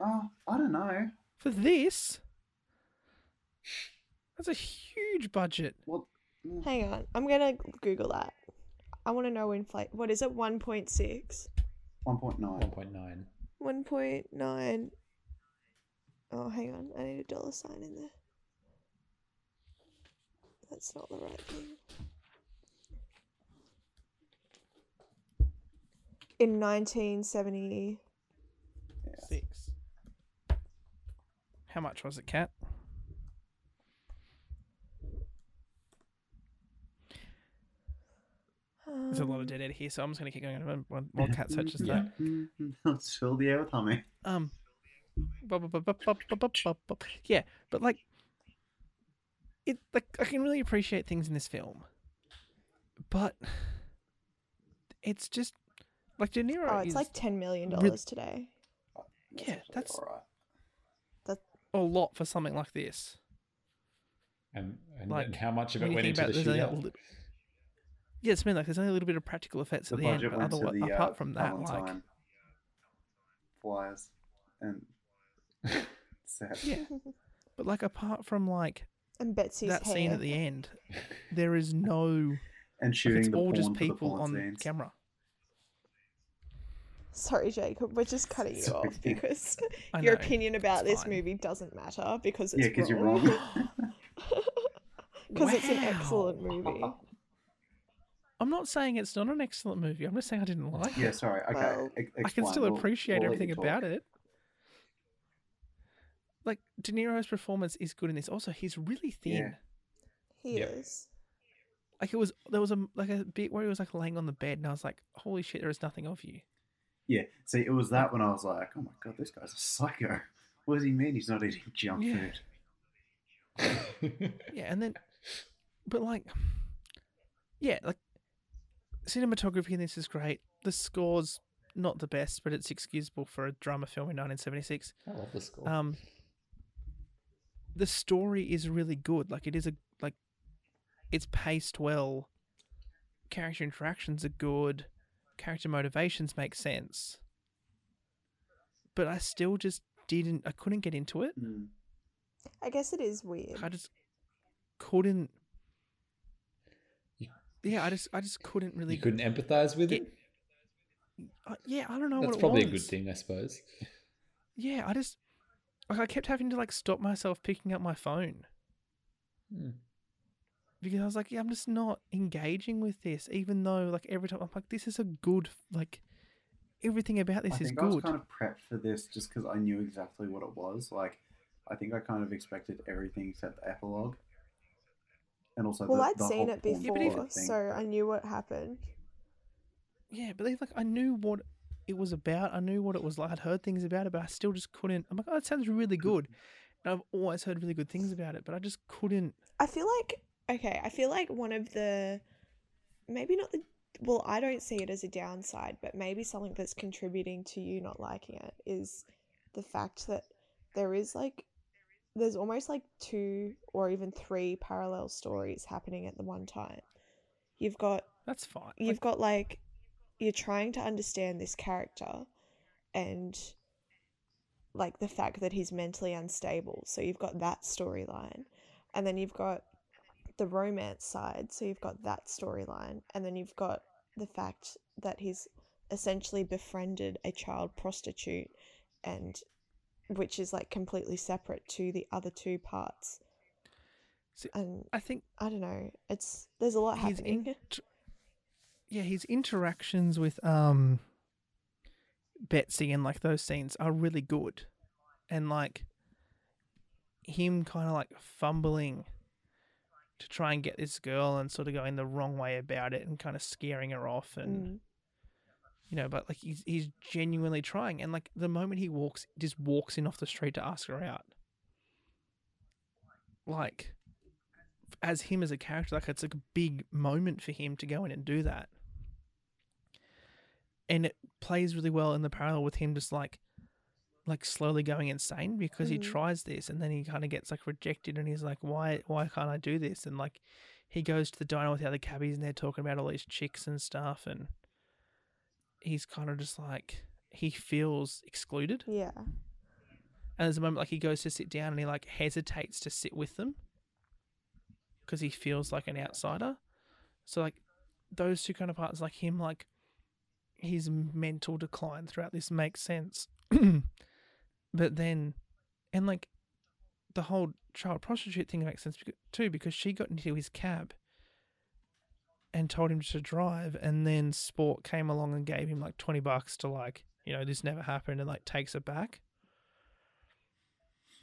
Speaker 4: Oh, I don't know.
Speaker 2: For this, that's a huge budget.
Speaker 4: Well,
Speaker 3: Hang on, I'm gonna Google that. I want to know inflate. What is it? 1.6,
Speaker 4: one point nine.
Speaker 5: 1.9.
Speaker 3: 1.9. Oh, hang on, I need a dollar sign in there. That's not the right thing. In 1970,
Speaker 2: Six. How much was it, Cat? There's a lot of
Speaker 3: um,
Speaker 2: dead air here, so I'm just going to keep going while- while Cat searches that.
Speaker 4: Let's fill the air with humming.
Speaker 2: Um, bu- bu- bu- bu- bu- bu- bu- bu- bu- yeah, but like, it like I can really appreciate things in this film, but it's just like De Niro.
Speaker 3: Oh, it's
Speaker 2: is
Speaker 3: like 10 million
Speaker 2: really-
Speaker 3: dollars today.
Speaker 2: Yeah, that's-
Speaker 4: all right.
Speaker 2: a lot for something like this.
Speaker 5: And, and
Speaker 2: Like,
Speaker 5: then how much of
Speaker 2: When
Speaker 5: it
Speaker 2: you
Speaker 5: went
Speaker 2: think
Speaker 5: into
Speaker 2: about
Speaker 5: the
Speaker 2: it, there's only a
Speaker 5: shootout?
Speaker 2: little. Yes, I mean, like there's only a little bit of practical effects
Speaker 4: The
Speaker 2: at the end,
Speaker 4: budget
Speaker 2: but
Speaker 4: went to
Speaker 2: otherwise,
Speaker 4: the uh,
Speaker 2: apart from that, like
Speaker 4: Valentine flyers and set.
Speaker 2: yeah, but like apart from like
Speaker 3: And Betsy's
Speaker 2: that
Speaker 3: hair.
Speaker 2: scene at the end, there is no.
Speaker 4: and
Speaker 2: Like,
Speaker 4: shooting
Speaker 2: it's
Speaker 4: the
Speaker 2: all
Speaker 4: porn
Speaker 2: just
Speaker 4: for the
Speaker 2: people
Speaker 4: porn
Speaker 2: on
Speaker 4: scenes.
Speaker 2: camera.
Speaker 3: Sorry, Jacob, we're just cutting you
Speaker 4: Sorry.
Speaker 3: off because
Speaker 2: I
Speaker 3: your
Speaker 2: know,
Speaker 3: opinion about
Speaker 2: it's
Speaker 3: this
Speaker 2: fine.
Speaker 3: movie doesn't matter because it's
Speaker 4: Yeah, because you're
Speaker 3: wrong.
Speaker 4: wrong.
Speaker 3: Because it's an
Speaker 2: Wow.
Speaker 3: excellent movie.
Speaker 2: I'm not saying it's not an excellent movie. I'm just saying I didn't like
Speaker 4: yeah,
Speaker 2: it.
Speaker 4: sorry. Okay,
Speaker 3: Well,
Speaker 4: ex-
Speaker 2: I can
Speaker 4: explain.
Speaker 2: still
Speaker 4: We'll-
Speaker 2: appreciate
Speaker 4: we'll let
Speaker 2: everything
Speaker 4: you talk.
Speaker 2: about it. Like De Niro's performance is good in this. Also, he's really thin.
Speaker 4: Yeah.
Speaker 3: He
Speaker 5: Yep.
Speaker 3: is.
Speaker 2: Like it was there was a like a bit where he was like laying on the bed, and I was like, "Holy shit, there is nothing of you."
Speaker 4: Yeah, see, it was that when I was like, oh my god, this guy's a psycho. What does he mean he's not eating junk
Speaker 2: Yeah.
Speaker 4: food?
Speaker 2: Yeah, and then, but like, yeah, like cinematography in this is great. The score's not the best, but it's excusable for a drama film in 1976.
Speaker 5: I love the score.
Speaker 2: Um, the story is really good. Like it is a like, it's paced well. Character interactions are good. Character motivations make sense. But I still just didn't. I couldn't get into it.
Speaker 4: Mm.
Speaker 3: I guess it is weird.
Speaker 2: I just couldn't.
Speaker 5: You-
Speaker 2: Yeah, I just I just couldn't really.
Speaker 5: you couldn't empathize with
Speaker 2: Yeah,
Speaker 5: it?
Speaker 2: uh, yeah, I don't know
Speaker 5: That's
Speaker 2: what it
Speaker 5: probably a
Speaker 2: was.
Speaker 5: good thing, I suppose.
Speaker 2: Yeah, I just Like I kept having to like stop myself picking up my phone
Speaker 5: Hmm.
Speaker 2: because I was like, yeah, I'm just not engaging with this. Even though like every time I'm like, this is a good like everything about this
Speaker 4: I
Speaker 2: is
Speaker 4: think I was
Speaker 2: good.
Speaker 4: kind of prepped for this just because I knew exactly what it was. Like, I think I kind of expected everything except the epilogue, and also
Speaker 3: Well,
Speaker 4: the,
Speaker 3: I'd
Speaker 4: the
Speaker 3: seen
Speaker 4: whole
Speaker 3: it
Speaker 4: porn
Speaker 2: Yeah, but
Speaker 3: before,
Speaker 2: even-
Speaker 4: thing.
Speaker 3: so I knew what happened.
Speaker 2: Yeah, but like I knew what it was about. I knew what it was like. I'd heard things about it, but I still just couldn't. I'm like, oh, it sounds really good. And I've always heard really good things about it, but I just couldn't.
Speaker 3: I feel like okay, I feel like one of the maybe not the well, I don't see it as a downside, but maybe something that's contributing to you not liking it is the fact that there is like there's almost like two or even three parallel stories happening at the one time. You've got
Speaker 2: That's fine. Like,
Speaker 3: you've got like you're trying to understand this character and like the fact that he's mentally unstable so you've got that storyline and then you've got the romance side so you've got that storyline and then you've got the fact that he's essentially befriended a child prostitute and which is like completely separate to the other two parts
Speaker 2: See,
Speaker 3: and
Speaker 2: I think
Speaker 3: i don't know it's there's a lot
Speaker 2: his
Speaker 3: happening
Speaker 2: int- yeah, his interactions with um Betsy and like those scenes are really good, and like him kind of like fumbling to try and get this girl and sort of going the wrong way about it and kind of scaring her off and.
Speaker 3: Mm.
Speaker 2: you know, but like he's he's genuinely trying, and like the moment he walks, just walks in off the street to ask her out. Like, as him as a character, like it's like a big moment for him to go in and do that, and it plays really well in the parallel with him just like, like slowly going insane because he
Speaker 3: Mhm.
Speaker 2: tries this and then he kind of gets like rejected and he's like, why why can't I do this? And like, he goes to the diner with the other cabbies and they're talking about all these chicks and stuff and he's kind of just like he feels excluded.
Speaker 3: yeah
Speaker 2: And there's a moment like he goes to sit down and he like hesitates to sit with them because he feels like an outsider. So like those two kind of parts, like him, like his mental decline throughout this makes sense. but then, and like the whole child prostitute thing makes sense becau- too because she got into his cab and told him to drive, and then Sport came along and gave him like twenty bucks to like you know this never happened and like takes it back.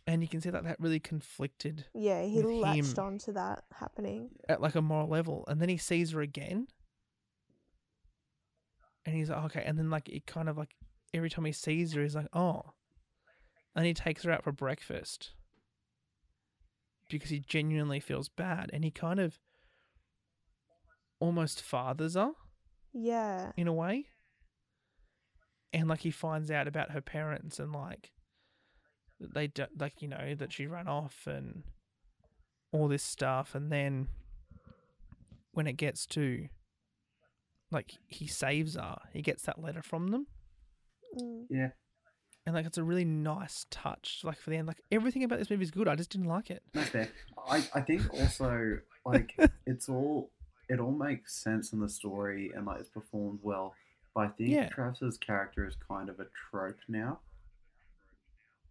Speaker 2: And you can see that that really conflicted
Speaker 3: Yeah, he
Speaker 2: with
Speaker 3: latched
Speaker 2: him.
Speaker 3: on to that happening.
Speaker 2: at like a moral level, and then he sees her again, and he's like, okay, and then like it kind of like every time he sees her, he's like, oh, and he takes her out for breakfast because he genuinely feels bad, and he kind of almost fathers her
Speaker 3: Yeah.
Speaker 2: in a way, and like he finds out about her parents and like that they don't like you know that she ran off and all this stuff and then when it gets to like he saves her he gets that letter from them
Speaker 3: Mm.
Speaker 4: Yeah,
Speaker 2: and like it's a really nice touch like for the end like everything about this movie is good i just didn't like it
Speaker 4: that's fair. I, I think also like it's all it all makes sense in the story and like it's performed well. But I think
Speaker 2: Yeah.
Speaker 4: Travis's character is kind of a trope now.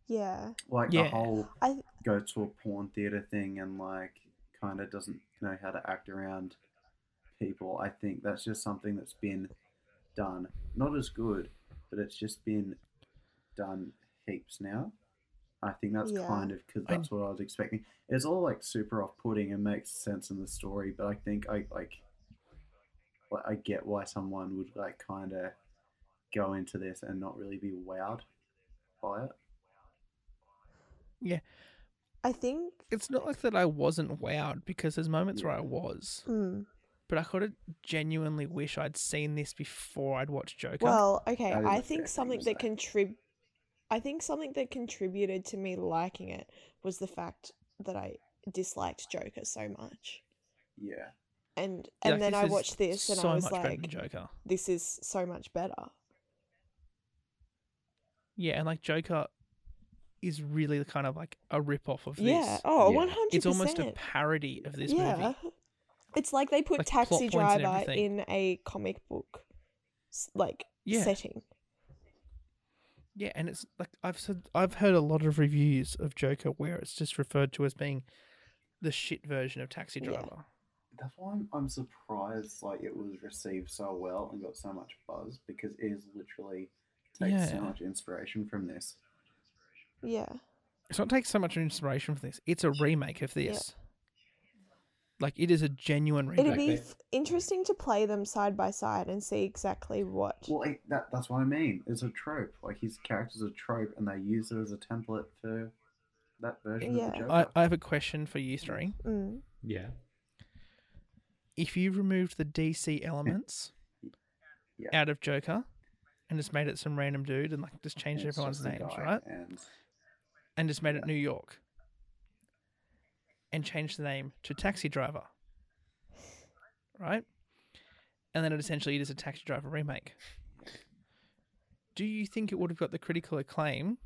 Speaker 3: Yeah.
Speaker 4: Like
Speaker 2: Yeah.
Speaker 4: the whole
Speaker 3: I-
Speaker 4: go to a porn theater thing and like kind of doesn't know how to act around people. I think that's just something that's been done. Not as good, but it's just been done heaps now. I think that's
Speaker 3: Yeah.
Speaker 4: kind of because
Speaker 2: I-
Speaker 4: that's what I was expecting. It's all like super off-putting and makes sense in the story, but I think I like, like I get why someone would like kind of go into this and not really be wowed by it.
Speaker 3: I think
Speaker 2: it's not like that i wasn't wowed because there's moments where i was
Speaker 3: mm,
Speaker 2: but i could have genuinely wish i'd seen this before i'd watched joker
Speaker 3: well, okay,
Speaker 4: That is
Speaker 3: I
Speaker 4: a fair
Speaker 3: think
Speaker 4: thing
Speaker 3: something
Speaker 4: to
Speaker 3: that
Speaker 4: say.
Speaker 3: contrib I think something that contributed to me liking it was the fact that I disliked Joker so much.
Speaker 4: Yeah.
Speaker 3: And
Speaker 2: Yeah, like,
Speaker 3: and then I
Speaker 2: is
Speaker 3: watched this and
Speaker 2: so
Speaker 3: I was
Speaker 2: much better than
Speaker 3: like
Speaker 2: joker
Speaker 3: this is so much better.
Speaker 2: Yeah, and like Joker is really kind of like a rip off of
Speaker 3: Yeah.
Speaker 2: this.
Speaker 3: Oh,
Speaker 5: Yeah.
Speaker 3: 100%.
Speaker 2: It's almost a parody of this
Speaker 3: yeah.
Speaker 2: movie.
Speaker 3: It's like they put
Speaker 2: Like, plot
Speaker 3: Taxi
Speaker 2: points and
Speaker 3: Driver
Speaker 2: everything.
Speaker 3: in a comic book s- like
Speaker 2: Yeah.
Speaker 3: setting.
Speaker 2: Yeah, and it's like I've said, I've heard a lot of reviews of Joker where it's just referred to as being the shit version of Taxi
Speaker 3: Yeah.
Speaker 2: Driver.
Speaker 4: That's why I'm, I'm surprised like it was received so well and got so much buzz because it is literally takes so
Speaker 2: Yeah.
Speaker 4: much inspiration from this.
Speaker 3: Yeah.
Speaker 2: So it takes so much inspiration from this. It's a remake of this. Like it is a genuine remake.
Speaker 3: It'd
Speaker 5: Like
Speaker 3: be
Speaker 5: they-
Speaker 3: f- interesting to play them side by side and see exactly what.
Speaker 4: Well, it, that that's what I mean. It's a trope. Like his character's a trope, and they use it as a template for that version of the
Speaker 3: Yeah.
Speaker 4: Joker.
Speaker 2: I, I have a question for you three.
Speaker 3: Mm.
Speaker 5: Yeah.
Speaker 2: If you removed the DC elements
Speaker 4: Yeah.
Speaker 2: out of Joker and just made it some random dude and like just changed
Speaker 4: And it's
Speaker 2: everyone's
Speaker 4: just a
Speaker 2: names,
Speaker 4: guy,
Speaker 2: right?
Speaker 4: And
Speaker 2: And just made it
Speaker 4: Yeah.
Speaker 2: New York and changed the name to Taxi Driver, right? And then it essentially it is a Taxi Driver remake. Do you think it would have got the critical acclaim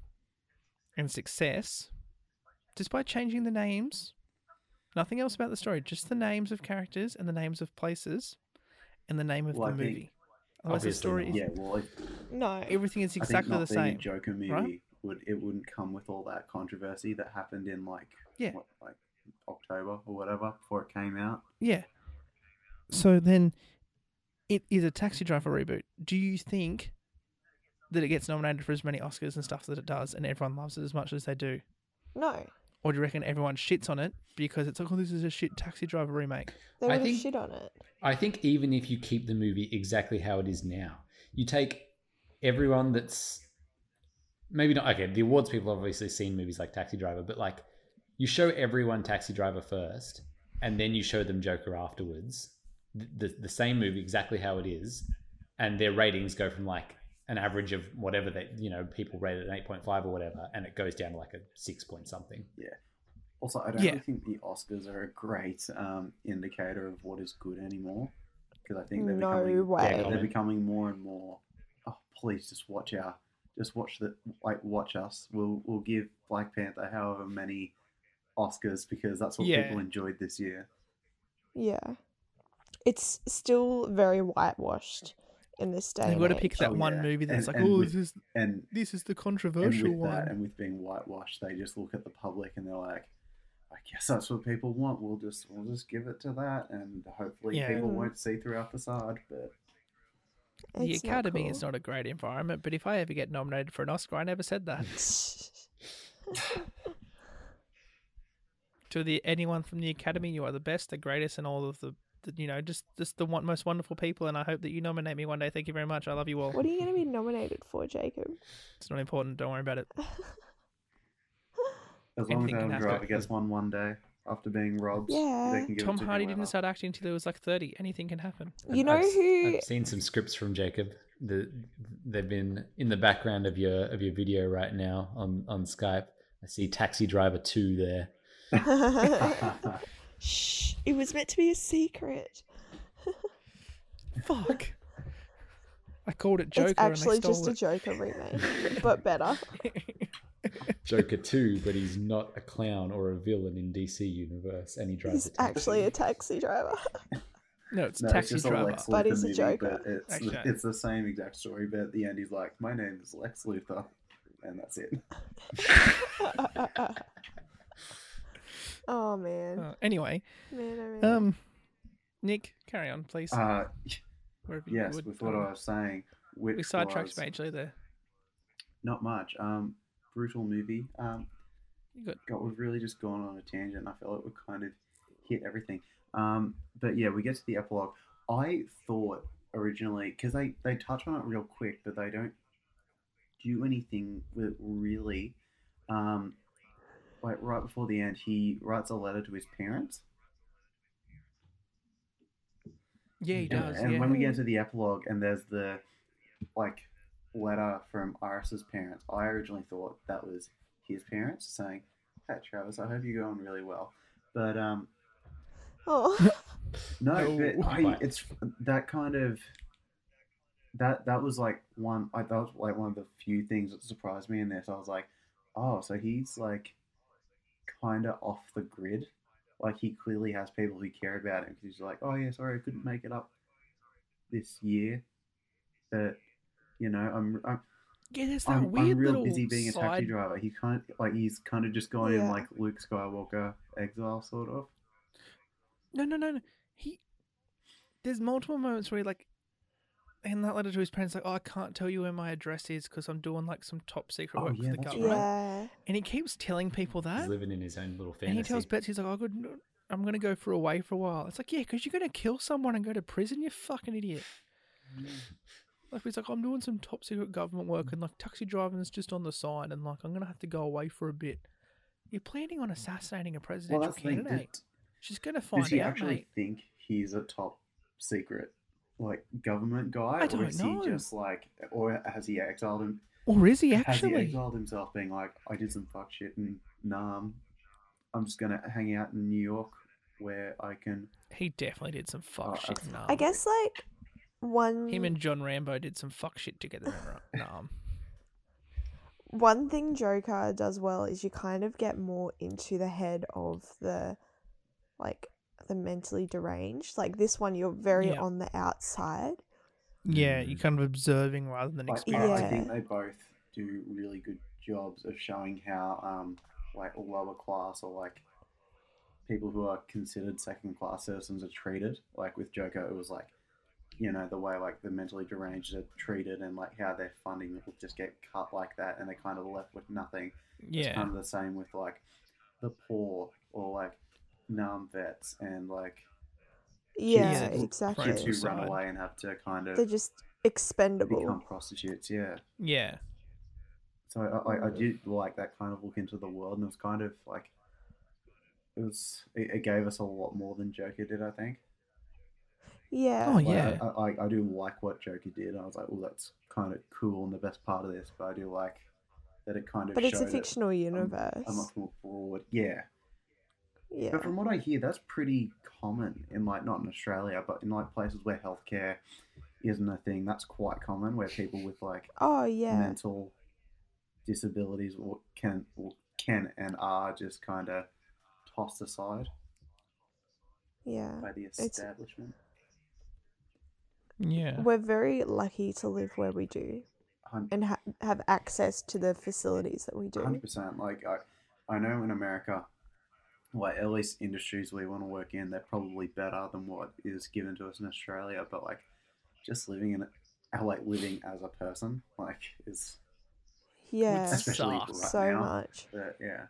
Speaker 2: and success just by changing the names? Nothing else about the story, just the names of characters and the names of places and the name of
Speaker 4: Well,
Speaker 2: the
Speaker 4: I think-
Speaker 2: movie. Unless the
Speaker 5: Obviously
Speaker 2: story
Speaker 5: not.
Speaker 2: is
Speaker 4: yeah, well, if,
Speaker 3: No.
Speaker 2: everything is
Speaker 4: I think
Speaker 2: exactly
Speaker 4: not
Speaker 2: the
Speaker 4: being a
Speaker 2: same.
Speaker 4: Joker movie
Speaker 2: right?
Speaker 4: would it wouldn't come with all that controversy that happened in like
Speaker 2: Yeah.
Speaker 4: what, like October or whatever before it came out.
Speaker 2: Yeah. So then it is a taxi driver reboot. Do you think that it gets nominated for as many Oscars and stuff that it does and everyone loves it as much as they do?
Speaker 3: No.
Speaker 2: Or do you reckon everyone shits on it because it's like, oh, this is a shit taxi driver remake?
Speaker 3: They
Speaker 5: I
Speaker 3: would have
Speaker 5: think-
Speaker 3: shit on it.
Speaker 5: I think even if you keep the movie exactly how it is now, you take everyone that's maybe not okay. The awards people have obviously seen movies like Taxi Driver, but like you show everyone Taxi Driver first, and then you show them Joker afterwards. th- The the same movie exactly how it is, and their ratings go from like an average of whatever they you know people rate it an eight point five or whatever, and it goes down to like a six point something.
Speaker 4: Also, I don't
Speaker 2: Yeah.
Speaker 4: really think the Oscars are a great um, indicator of what is good anymore because I think they're
Speaker 3: No
Speaker 4: becoming
Speaker 3: way.
Speaker 5: Yeah,
Speaker 4: they're
Speaker 5: comment.
Speaker 4: becoming more and more. Oh, please just watch our, just watch the like watch us. We'll we'll give Black Panther however many Oscars because that's what
Speaker 2: Yeah.
Speaker 4: people enjoyed this year.
Speaker 3: Yeah. It's still very whitewashed in this day.
Speaker 2: They've
Speaker 3: and
Speaker 2: got to
Speaker 3: age.
Speaker 2: pick that
Speaker 4: Oh,
Speaker 2: one
Speaker 4: yeah.
Speaker 2: movie that's
Speaker 4: And-
Speaker 2: like,
Speaker 4: and
Speaker 2: oh,
Speaker 4: with-
Speaker 2: this is
Speaker 4: And
Speaker 2: this is the
Speaker 4: and
Speaker 2: controversial
Speaker 4: with that,
Speaker 2: one.
Speaker 4: and with being whitewashed, they just look at the public and they're like, I guess that's what people want. We'll just we'll just give it to that, and hopefully
Speaker 2: Yeah.
Speaker 4: people
Speaker 3: Mm.
Speaker 4: won't see through our facade. But
Speaker 2: The
Speaker 3: It's not
Speaker 2: Academy is
Speaker 3: cool.
Speaker 2: not a great environment, but if I ever get nominated for an Oscar, I never said that to the anyone from the Academy. You are the best, the greatest, and all of the, the you know, just just the one, most wonderful people. And I hope that you nominate me one day. Thank you very much. I love you all.
Speaker 3: what are you going to be nominated for, Jacob?
Speaker 2: It's not important. Don't worry about it.
Speaker 4: as long
Speaker 2: Anything
Speaker 4: as
Speaker 2: can
Speaker 4: Adam
Speaker 2: happen.
Speaker 4: Driver gets one one day after being robbed, they
Speaker 3: Yeah.
Speaker 4: can give
Speaker 2: Tom
Speaker 4: it to
Speaker 2: Hardy
Speaker 4: whoever.
Speaker 2: didn't start acting until he was like thirty. Anything can happen.
Speaker 5: And
Speaker 3: You know
Speaker 5: I've,
Speaker 3: who-
Speaker 5: I've seen some scripts from Jacob. The they've been in the background of your of your video right now on on Skype. I see Taxi Driver Two there.
Speaker 3: Shh. It was meant to be a secret.
Speaker 2: Fuck. I called it Joker
Speaker 3: it's actually
Speaker 2: and they
Speaker 3: just
Speaker 2: stole
Speaker 3: a Joker remake, but better.
Speaker 2: it.
Speaker 5: Joker Two, but he's not a clown or a villain in DC universe, and he drives
Speaker 3: He's
Speaker 5: a taxi.
Speaker 3: actually a taxi driver.
Speaker 2: no, it's
Speaker 4: No, it's
Speaker 2: Taxi
Speaker 4: just a
Speaker 2: Driver.
Speaker 4: Lex
Speaker 3: But
Speaker 4: Luthor
Speaker 3: he's a
Speaker 4: movie,
Speaker 3: Joker.
Speaker 4: but it's,
Speaker 2: Actually,
Speaker 4: it's the same exact story. But at the end, he's like, "My name is Lex Luthor," and that's it.
Speaker 3: oh man,
Speaker 2: Uh, anyway,
Speaker 3: man, oh, man.
Speaker 2: um, Nick, carry on, please.
Speaker 4: Uh,
Speaker 2: Wherever you
Speaker 4: yes,
Speaker 2: would.
Speaker 4: with what I was saying, which
Speaker 2: we sidetracked
Speaker 4: was
Speaker 2: majorly there.
Speaker 4: not much. Um, brutal movie. Um,
Speaker 2: You got
Speaker 4: God, we've really just gone on a tangent. and I feel like we've kind of hit everything. Um, but yeah, we get to the epilogue. I thought originally because they they touch on it real quick, but they don't do anything with it really. Um, like right before the end, he writes a letter to his parents.
Speaker 2: yeah, he
Speaker 5: Yeah,
Speaker 2: does.
Speaker 4: and
Speaker 2: yeah.
Speaker 4: when we get to the epilogue and there's the like letter from Iris's parents, I originally thought that was his parents saying, "Hey Travis, I hope you're going really well." But um,
Speaker 3: oh,
Speaker 4: no,
Speaker 2: No.
Speaker 4: but I,
Speaker 5: Right.
Speaker 4: it's that kind of that that was like one. I that was like one of the few things that surprised me in this. I was like, oh, so he's like kind of off the grid. Like he clearly has people who care about him because he's like, oh yeah, sorry, I couldn't make it up this year, but you know, I'm, I'm
Speaker 2: Yeah, there's that
Speaker 4: I'm,
Speaker 2: weird
Speaker 4: I'm real
Speaker 2: little
Speaker 4: busy being a taxi
Speaker 2: side.
Speaker 4: driver. He kind like he's kind of just gone in
Speaker 3: Yeah.
Speaker 4: like Luke Skywalker exile sort of.
Speaker 2: No, no, no, no. He. There's multiple moments where he like, in that letter to his parents, like, oh, I can't tell you where my address is because I'm doing like some top secret
Speaker 4: Oh,
Speaker 2: work
Speaker 4: yeah,
Speaker 2: for the
Speaker 4: that's
Speaker 2: government.
Speaker 3: Yeah.
Speaker 2: And he keeps telling people
Speaker 5: He's
Speaker 2: that,
Speaker 5: living in his own little
Speaker 2: and
Speaker 5: fantasy.
Speaker 2: he tells Betsy, he's like, oh, good. no, I'm gonna go for away for a while. It's like, yeah, because you're gonna kill someone and go to prison. You fucking idiot. Like he's like, I'm doing some top secret government work, and like taxi driving is just on the side, and like I'm gonna have to go away for a bit. You're planning on assassinating a
Speaker 4: Well,
Speaker 2: presidential
Speaker 4: that's the thing.
Speaker 2: candidate.
Speaker 4: Did,
Speaker 2: She's gonna
Speaker 4: does
Speaker 2: find
Speaker 4: he
Speaker 2: out,
Speaker 4: actually
Speaker 2: mate.
Speaker 4: think he's a top secret like government guy,
Speaker 2: I
Speaker 4: or
Speaker 2: don't
Speaker 4: is
Speaker 2: know.
Speaker 4: he just like, or has he exiled him?
Speaker 2: Or is he
Speaker 4: Has he
Speaker 2: actually?
Speaker 4: exiled himself, being like, I did some fuck shit, and nah, I'm- I'm just gonna hang out in New York where I can.
Speaker 2: He definitely did some fuck
Speaker 4: Oh,
Speaker 2: shit.
Speaker 4: okay.
Speaker 2: Nah.
Speaker 3: I guess like one
Speaker 2: Um, him and John Rambo did some fuck shit together. right? Nah.
Speaker 3: one thing Joker does well is you kind of get more into the head of the like the mentally deranged. Like this one you're very
Speaker 2: Yeah.
Speaker 3: on the outside.
Speaker 2: Yeah, you're kind of observing rather than
Speaker 4: Mm. Like,
Speaker 2: experiencing.
Speaker 4: I, I think
Speaker 3: Yeah.
Speaker 4: they both do really good jobs of showing how, um, like lower class or like people who are considered second class citizens are treated. Like with Joker, it was like, you know, the way like the mentally deranged are treated and like how their funding will just get cut like that, and they're kind of left with nothing. It's
Speaker 2: Yeah,
Speaker 4: kind of the same with like the poor or like numb vets and like
Speaker 3: Yeah,
Speaker 2: Yeah, it's
Speaker 3: exactly.
Speaker 2: Right.
Speaker 4: kids who run
Speaker 2: Suicide.
Speaker 4: away and have to kind
Speaker 3: They're
Speaker 4: of
Speaker 3: just
Speaker 4: become
Speaker 3: expendable.
Speaker 4: prostitutes. Yeah.
Speaker 2: yeah,
Speaker 4: So I, I, I did like that kind of look into the world, and it was kind of like it was. It, it gave us a lot more than Joker did. I think.
Speaker 3: Yeah.
Speaker 2: Oh,
Speaker 4: Like,
Speaker 2: yeah.
Speaker 4: I, I, I do like what Joker did. and I was like, well, that's kind of cool and the best part of this. But I do like that it kind of.
Speaker 3: but it's a
Speaker 4: showed it
Speaker 3: fictional universe.
Speaker 4: A much more broad. Yeah.
Speaker 3: yeah.
Speaker 4: But from what I hear, that's pretty common in like not in Australia, but in like places where healthcare isn't a thing. That's quite common where people with like
Speaker 3: Oh yeah.
Speaker 4: mental disabilities or can or can and are just kind of tossed aside
Speaker 3: Yeah.
Speaker 4: by the establishment.
Speaker 2: yeah.
Speaker 3: We're very lucky to live where we do
Speaker 4: Hun-
Speaker 3: and ha- have access to the facilities that we do.
Speaker 4: hundred percent. Like I, I know in America, like at least industries we want to work in, they're probably better than what is given to us in Australia. But like, just living in, it- like living as a person, like is
Speaker 3: Yeah.
Speaker 2: That's
Speaker 4: especially
Speaker 2: sucks.
Speaker 4: right
Speaker 3: so
Speaker 4: now.
Speaker 3: much.
Speaker 4: But, yeah,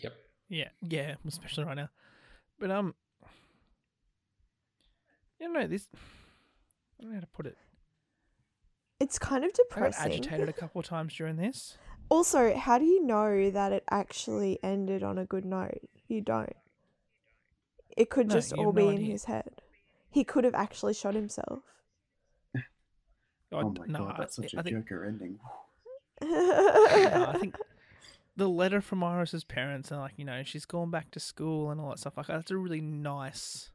Speaker 5: Yep.
Speaker 2: Yeah, yeah, especially right now. But um, I don't know this. I don't know how to put it.
Speaker 3: It's kind of
Speaker 2: I got
Speaker 3: depressing.
Speaker 2: agitated a couple of times during this.
Speaker 3: Also, how do you know that it actually ended on a good note? You don't. It could
Speaker 2: No,
Speaker 3: just
Speaker 2: you
Speaker 3: all
Speaker 2: have
Speaker 3: be
Speaker 2: no
Speaker 3: in
Speaker 2: idea.
Speaker 3: his head. He could have actually shot himself.
Speaker 2: I,
Speaker 4: oh my
Speaker 2: nah,
Speaker 4: god, that's such
Speaker 2: I
Speaker 4: a
Speaker 2: think
Speaker 4: Joker ending.
Speaker 2: no, uh, I think the letter from Iris's parents and like you know she's gone back to school and all that stuff like that's a really nice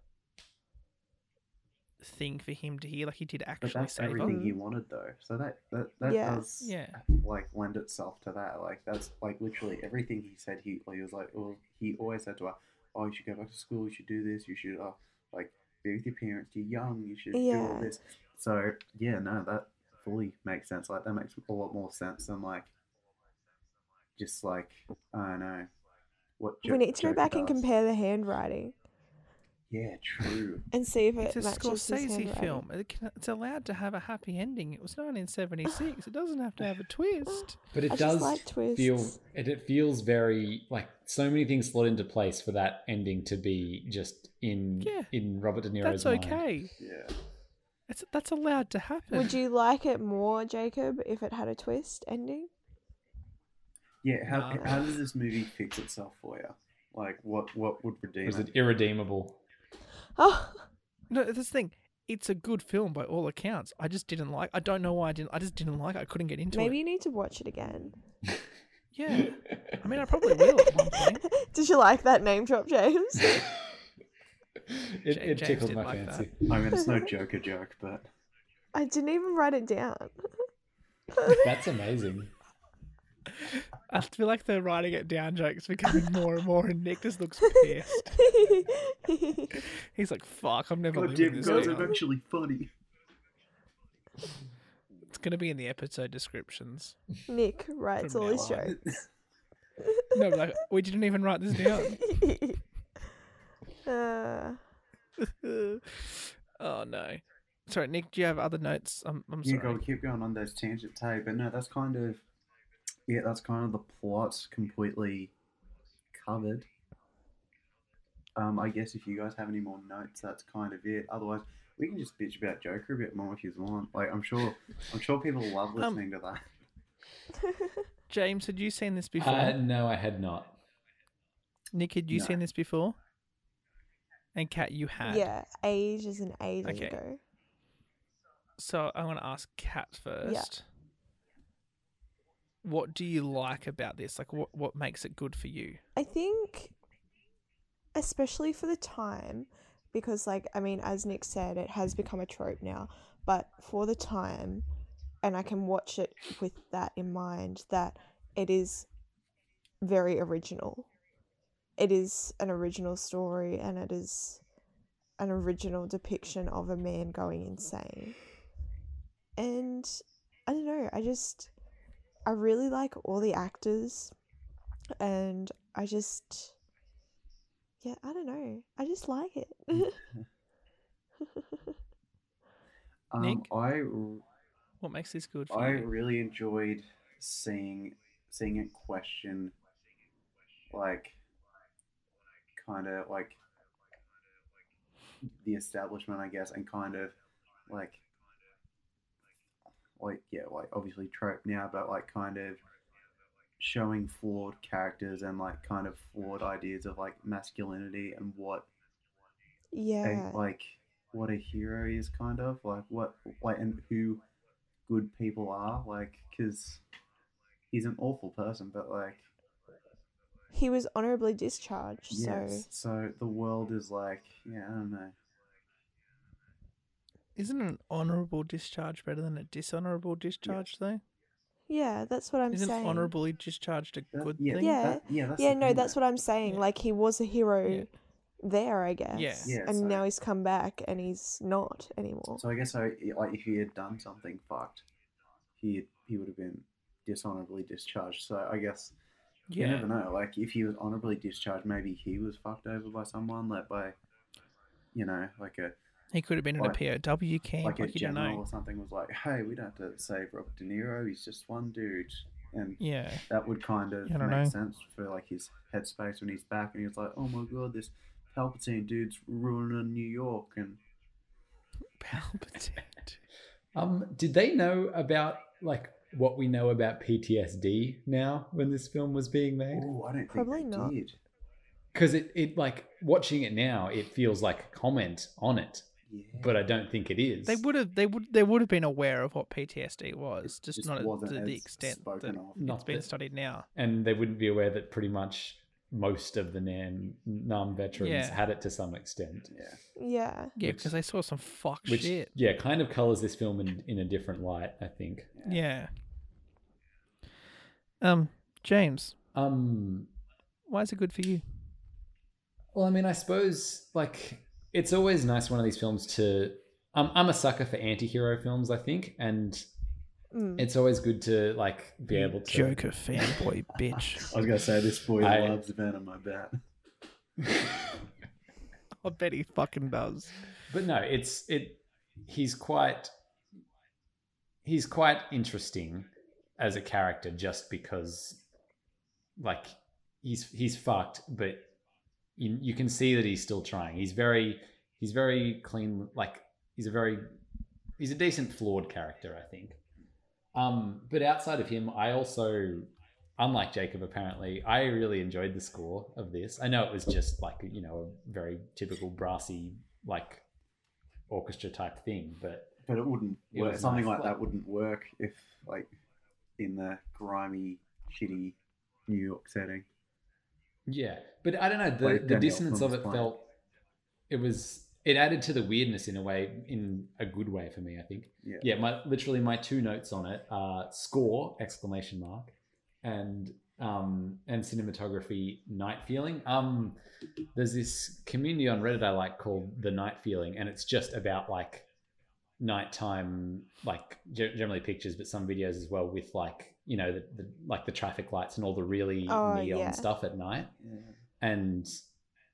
Speaker 2: thing for him to hear. Like he did
Speaker 4: But
Speaker 2: actually
Speaker 4: that's
Speaker 2: say,
Speaker 4: everything
Speaker 3: Oh.
Speaker 4: he wanted though. So that that, that
Speaker 3: Yeah.
Speaker 4: does
Speaker 2: Yeah.
Speaker 4: like lend itself to that. Like that's like literally everything he said he he was like well he always said to her, Oh, you should go back to school, you should do this, you should uh, like be with your parents, you're young, you should do all
Speaker 3: Yeah.
Speaker 4: this. So yeah, no, that fully makes sense. Like that makes a lot more sense than like just like I don't know. What
Speaker 3: we
Speaker 4: Jo-
Speaker 3: need to go
Speaker 4: Joker
Speaker 3: back and
Speaker 4: does.
Speaker 3: compare the handwriting
Speaker 4: Yeah, true.
Speaker 3: and see if
Speaker 2: "Oh, it's
Speaker 3: it
Speaker 2: a
Speaker 3: matches his handwriting.
Speaker 2: Scorsese film. It can, it's allowed to have a happy ending. It was 1976. It doesn't have to have a twist.
Speaker 5: But it
Speaker 3: I just
Speaker 5: does
Speaker 3: like
Speaker 5: feel
Speaker 3: twists.
Speaker 5: it, it feels very like so many things slot into place for that ending to be just in
Speaker 2: Yeah.
Speaker 5: in Robert De Niro's
Speaker 2: That's
Speaker 5: mind.
Speaker 2: okay.
Speaker 4: Yeah.
Speaker 2: It's, that's allowed to happen.
Speaker 3: Would you like it more, Jacob, if it had a twist ending?
Speaker 4: Yeah, how,
Speaker 2: Nah.
Speaker 4: how does this movie fix itself for you? Like, what what would redeem
Speaker 5: Was
Speaker 4: it?
Speaker 5: it irredeemable?
Speaker 3: Oh,
Speaker 2: No, that's the thing. It's a good film by all accounts. I just didn't like. I don't know why I didn't. I just didn't like. it. I couldn't get into
Speaker 3: maybe
Speaker 2: it.
Speaker 3: you need to watch it again.
Speaker 2: Yeah. I mean, I probably will at one point.
Speaker 3: Did you like that name drop, James?
Speaker 5: It,
Speaker 2: Ja-
Speaker 5: it
Speaker 2: James
Speaker 5: tickled
Speaker 2: didn't
Speaker 5: my
Speaker 2: like that.
Speaker 5: fancy.
Speaker 4: I mean, it's no Joker joke, but
Speaker 3: I didn't even write it down.
Speaker 5: That's amazing.
Speaker 2: I feel like the writing it down joke's becoming more and more, and Nick just looks pissed. He's like, "Fuck, I'm never leaving this.
Speaker 3: guys,
Speaker 2: town."
Speaker 4: actually funny.
Speaker 2: It's going to be in the episode descriptions.
Speaker 3: Nick writes
Speaker 2: From
Speaker 3: all
Speaker 2: now
Speaker 3: his
Speaker 4: on.
Speaker 3: jokes.
Speaker 2: No, like we didn't even write this down.
Speaker 3: uh,
Speaker 2: oh no. Sorry, Nick. Do you have other notes? I'm I'm
Speaker 4: You
Speaker 2: sorry.
Speaker 4: gotta keep going on those tangents, hey. But no, that's kind of yeah, that's kind of the plot completely covered. Um, I guess if you guys have any more notes, that's kind of it. Otherwise, we can just bitch about Joker a bit more if you want. Like, I'm sure, I'm sure people love
Speaker 2: Um,
Speaker 4: listening to that.
Speaker 2: James, had you seen this before?
Speaker 5: Uh, no, I had not.
Speaker 2: Nick, had you
Speaker 4: no.
Speaker 2: seen this before? And Kat, you had.
Speaker 3: yeah, ages and ages
Speaker 2: Okay.
Speaker 3: ago.
Speaker 2: So I want to ask Kat first. What do you like about this? Like, what what makes it good for you?
Speaker 3: I think, especially for the time, because, like, I mean, as Nick said, it has become a trope now, but for the time, and I can watch it with that in mind, that it is very original. It is an original story and it is an original depiction of a man going insane. And I don't know, I just, I really like all the actors and I just yeah, I don't know. I just like
Speaker 4: Mm.
Speaker 3: it.
Speaker 4: Um,
Speaker 2: Nick?
Speaker 4: I
Speaker 2: What makes this good for
Speaker 4: I
Speaker 2: you?
Speaker 4: really enjoyed seeing seeing it question, like, kind of like the establishment, I guess, and kind of like, like yeah, like obviously trope now, but like kind of showing flawed characters and like kind of flawed ideas of like masculinity and what
Speaker 3: yeah.
Speaker 4: and like what a hero is kind of like what like and who good people are like because he's an awful person but like
Speaker 3: He was honorably discharged, so
Speaker 4: yes so the world is like yeah i don't know
Speaker 2: Isn't an honourable discharge better than a dishonourable discharge, though?
Speaker 3: yeah, that's what I'm
Speaker 2: Isn't
Speaker 3: saying.
Speaker 2: honourably discharged a
Speaker 4: That-
Speaker 2: good
Speaker 4: yeah
Speaker 2: thing?
Speaker 3: Yeah.
Speaker 4: that- yeah that's
Speaker 3: yeah,
Speaker 4: the
Speaker 3: no,
Speaker 4: thing,
Speaker 3: that's what I'm saying.
Speaker 2: Yeah.
Speaker 3: Like he was a hero
Speaker 2: Yeah.
Speaker 3: there, I guess.
Speaker 4: Yeah,
Speaker 3: and
Speaker 4: so-
Speaker 3: now he's come back and he's not anymore.
Speaker 4: so i guess I, like if he had done something fucked he he would have been dishonorably discharged so i guess you
Speaker 2: Yeah.
Speaker 4: never know like if he was honorably discharged maybe he was fucked over by someone like by you know like a
Speaker 2: He could have been
Speaker 4: Like-
Speaker 2: in a POW camp.
Speaker 4: like
Speaker 2: Like,
Speaker 4: a
Speaker 2: you don't
Speaker 4: general
Speaker 2: know.
Speaker 4: or something was like, "Hey, we don't have to save Robert De Niro. He's just one dude," and
Speaker 2: Yeah.
Speaker 4: that would kind of
Speaker 2: I
Speaker 4: make
Speaker 2: don't know.
Speaker 4: sense for like his headspace when he's back, and he was like, "Oh my god, this Palpatine dude's ruining New York," and
Speaker 2: Palpatine.
Speaker 5: Um, did they know about like what we know about PTSD now when this film was being made?
Speaker 4: oh, I don't
Speaker 3: Probably
Speaker 4: think they
Speaker 3: not.
Speaker 4: did.
Speaker 5: Because it, it like watching it now, it feels like a comment on it,
Speaker 4: Yeah,
Speaker 5: but I don't think it is.
Speaker 2: They would have. They would. They would have been aware of what PTSD was, just,
Speaker 4: just
Speaker 2: not
Speaker 4: wasn't
Speaker 2: to the
Speaker 4: as
Speaker 2: extent that
Speaker 4: spoken of.
Speaker 2: it's
Speaker 5: Not
Speaker 2: being
Speaker 5: that-
Speaker 2: studied now.
Speaker 5: and they wouldn't be aware that pretty much most of the Nam Nam veterans
Speaker 2: Yeah.
Speaker 5: had it to some extent.
Speaker 4: yeah,
Speaker 3: Yeah.
Speaker 2: Yeah,
Speaker 5: Which-
Speaker 2: because they saw some fuck
Speaker 5: Which
Speaker 2: shit.
Speaker 5: yeah, kind of colors this film in, in a different light, I think.
Speaker 2: Yeah. Um, James,
Speaker 5: Um
Speaker 2: why is it good for you?
Speaker 5: Well, I mean, I suppose like it's always nice one of these films to. I'm I'm a sucker for anti-hero films, I think, and
Speaker 3: Mm.
Speaker 5: it's always good to like be able to.
Speaker 2: Joker fanboy bitch.
Speaker 4: I was gonna say this boy
Speaker 5: I-
Speaker 4: loves Venom. I bet.
Speaker 2: I bet he fucking does.
Speaker 5: But no, it's it. He's quite. He's quite interesting as a character, just because, like, he's he's fucked, but you you can see that he's still trying. He's very he's very clean. Like he's a very he's a decent flawed character, I think. Um, but outside of him, I also, unlike Jacob, apparently, I really enjoyed the score of this. I know it was just like you know a very typical brassy like orchestra type thing, but
Speaker 4: But it wouldn't
Speaker 5: It
Speaker 4: work.
Speaker 5: was
Speaker 4: Something
Speaker 5: nice,
Speaker 4: like
Speaker 5: like-
Speaker 4: that wouldn't work if like in the grimy, shitty New York setting.
Speaker 5: yeah. But I don't know the
Speaker 4: Like
Speaker 5: the
Speaker 4: Daniel
Speaker 5: dissonance of
Speaker 4: Elfman's
Speaker 5: it
Speaker 4: playing.
Speaker 5: felt. It was it added to the weirdness in a way, in a good way for me. I think.
Speaker 4: Yeah.
Speaker 5: yeah my literally my two notes on it are score exclamation mark and um and cinematography night feeling um there's this community on reddit i like called the night feeling and it's just about like nighttime like ge- generally pictures but some videos as well with like you know the, the like the traffic lights and all the really
Speaker 3: Oh,
Speaker 5: neon
Speaker 3: yeah.
Speaker 5: stuff at night
Speaker 4: Yeah.
Speaker 5: and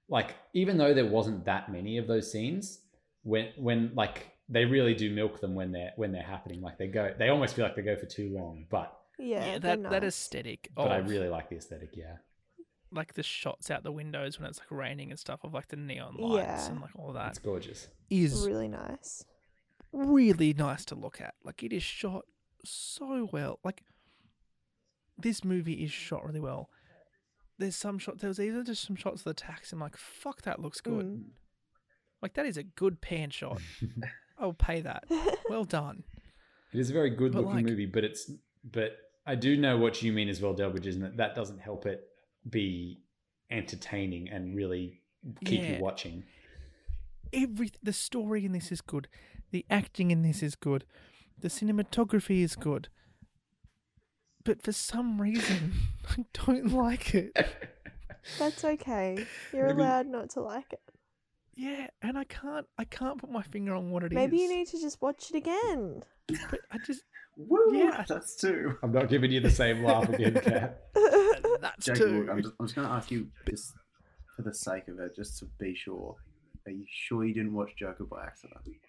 Speaker 5: like even though there wasn't that many of those scenes when when like they really do milk them when they're when they're happening like they go they almost feel like they go for too long but
Speaker 3: Yeah, they're
Speaker 2: that that
Speaker 3: nice.
Speaker 2: aesthetic.
Speaker 5: but i
Speaker 2: of-
Speaker 5: really like the aesthetic yeah
Speaker 2: like the shots out the windows when it's like raining and stuff of like the neon lights
Speaker 3: Yeah.
Speaker 2: and like all that
Speaker 5: it's gorgeous
Speaker 2: is
Speaker 3: really nice.
Speaker 2: really nice to look at. Like it is shot so well. Like this movie is shot really well. There's some shots. There was even just some shots of the tax. I'm like, fuck, that looks good.
Speaker 3: Mm.
Speaker 2: Like that is a good pan shot. I'll pay that.
Speaker 3: Mm.
Speaker 2: Well done.
Speaker 5: It is a very good
Speaker 2: But,
Speaker 5: looking
Speaker 2: like-
Speaker 5: movie, but it's but I do know what you mean as well, Delbridge, isn't it? That doesn't help it be entertaining and really keep
Speaker 2: Yeah.
Speaker 5: you watching.
Speaker 2: Every the story in this is good. The acting in this is good. The cinematography is good. But for some reason, I don't like it.
Speaker 3: That's okay. You're
Speaker 5: Maybe-
Speaker 3: allowed not to like it.
Speaker 2: Yeah, and I can't I can't put my finger on what it is.
Speaker 3: Maybe you need to just watch it again.
Speaker 2: but I just
Speaker 4: Woo!
Speaker 2: Yeah.
Speaker 4: That's two.
Speaker 5: I'm not giving you the same laugh again, Kat.
Speaker 2: that's
Speaker 4: Jake,
Speaker 2: too
Speaker 4: look, Uh, I'm just, I'm just going to ask you, just for the sake of it, just to be sure. Are you sure you didn't watch Joker by accident?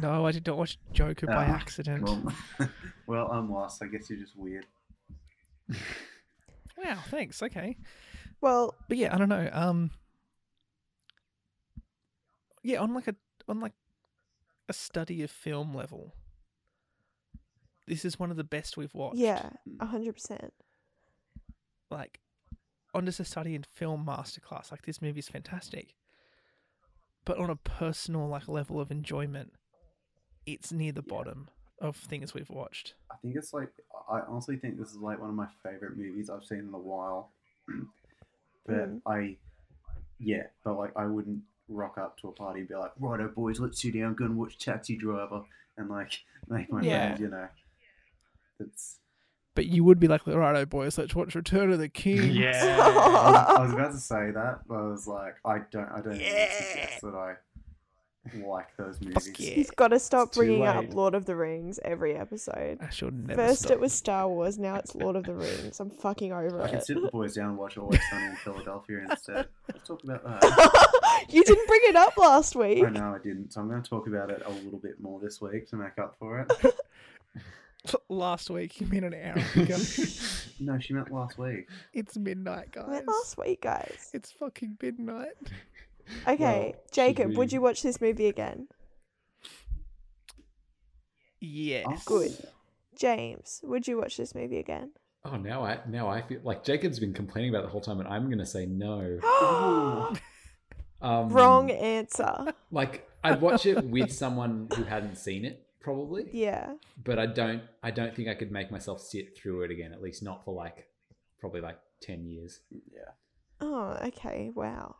Speaker 2: No, I did not watch Joker by
Speaker 4: Ah,
Speaker 2: accident.
Speaker 4: Well, well, I'm lost. I guess you're just weird.
Speaker 2: Wow, thanks. Okay.
Speaker 3: well,
Speaker 2: But yeah, I don't know. Um Yeah, on like a on like a study of film level. This is one of the best we've watched.
Speaker 3: yeah, hundred percent.
Speaker 2: Like on just a study in film masterclass. Like this movie is fantastic. But on a personal like level of enjoyment, it's near the
Speaker 4: Yeah.
Speaker 2: bottom of things we've watched.
Speaker 4: I think it's like I honestly think this is like one of my favorite movies I've seen in a while. but
Speaker 3: Mm.
Speaker 4: I, yeah, but like I wouldn't rock up to a party and be like, "Righto, boys, let's sit down, go and watch Taxi Driver," and like make my
Speaker 2: Yeah.
Speaker 4: friends, you know. It's
Speaker 2: But you would be like, righto boys, let's watch Return of the King.
Speaker 4: I was, I was about to say that, but I was like, I don't, I don't even suggest that I like those movies.
Speaker 2: yeah.
Speaker 3: You've got to stop
Speaker 5: too
Speaker 3: bringing
Speaker 5: late.
Speaker 3: up Lord of the Rings every episode.
Speaker 2: I should never
Speaker 3: First
Speaker 2: stop.
Speaker 3: it was Star Wars, now it's Lord of the Rings. I'm fucking over
Speaker 4: I can
Speaker 3: it.
Speaker 4: sit the boys down and watch Always Sunny in Philadelphia instead. Let's talk about that.
Speaker 3: you didn't bring it up last week.
Speaker 4: I know I didn't, so I'm going to talk about it a little bit more this week to make up for it.
Speaker 2: last week. You mean an hour ago?
Speaker 4: No, she meant last week.
Speaker 2: it's midnight, guys.
Speaker 3: I went last week, guys.
Speaker 2: It's fucking midnight.
Speaker 3: Okay,
Speaker 5: should
Speaker 3: Jacob, would
Speaker 5: we-
Speaker 3: you watch this movie again?
Speaker 2: Yes.
Speaker 4: Oh,
Speaker 3: Good. James, would you watch this movie again?
Speaker 5: Oh, now I now I feel like Jacob's been complaining about it the whole time, and I'm gonna say no.
Speaker 4: Ooh.
Speaker 5: Um,
Speaker 3: Wrong answer.
Speaker 5: Like I'd watch it with someone who hadn't seen it, probably.
Speaker 3: Yeah.
Speaker 5: but I don't I don't think I could make myself sit through it again, at least not for like probably like ten years.
Speaker 4: Yeah.
Speaker 3: Oh, okay. Wow.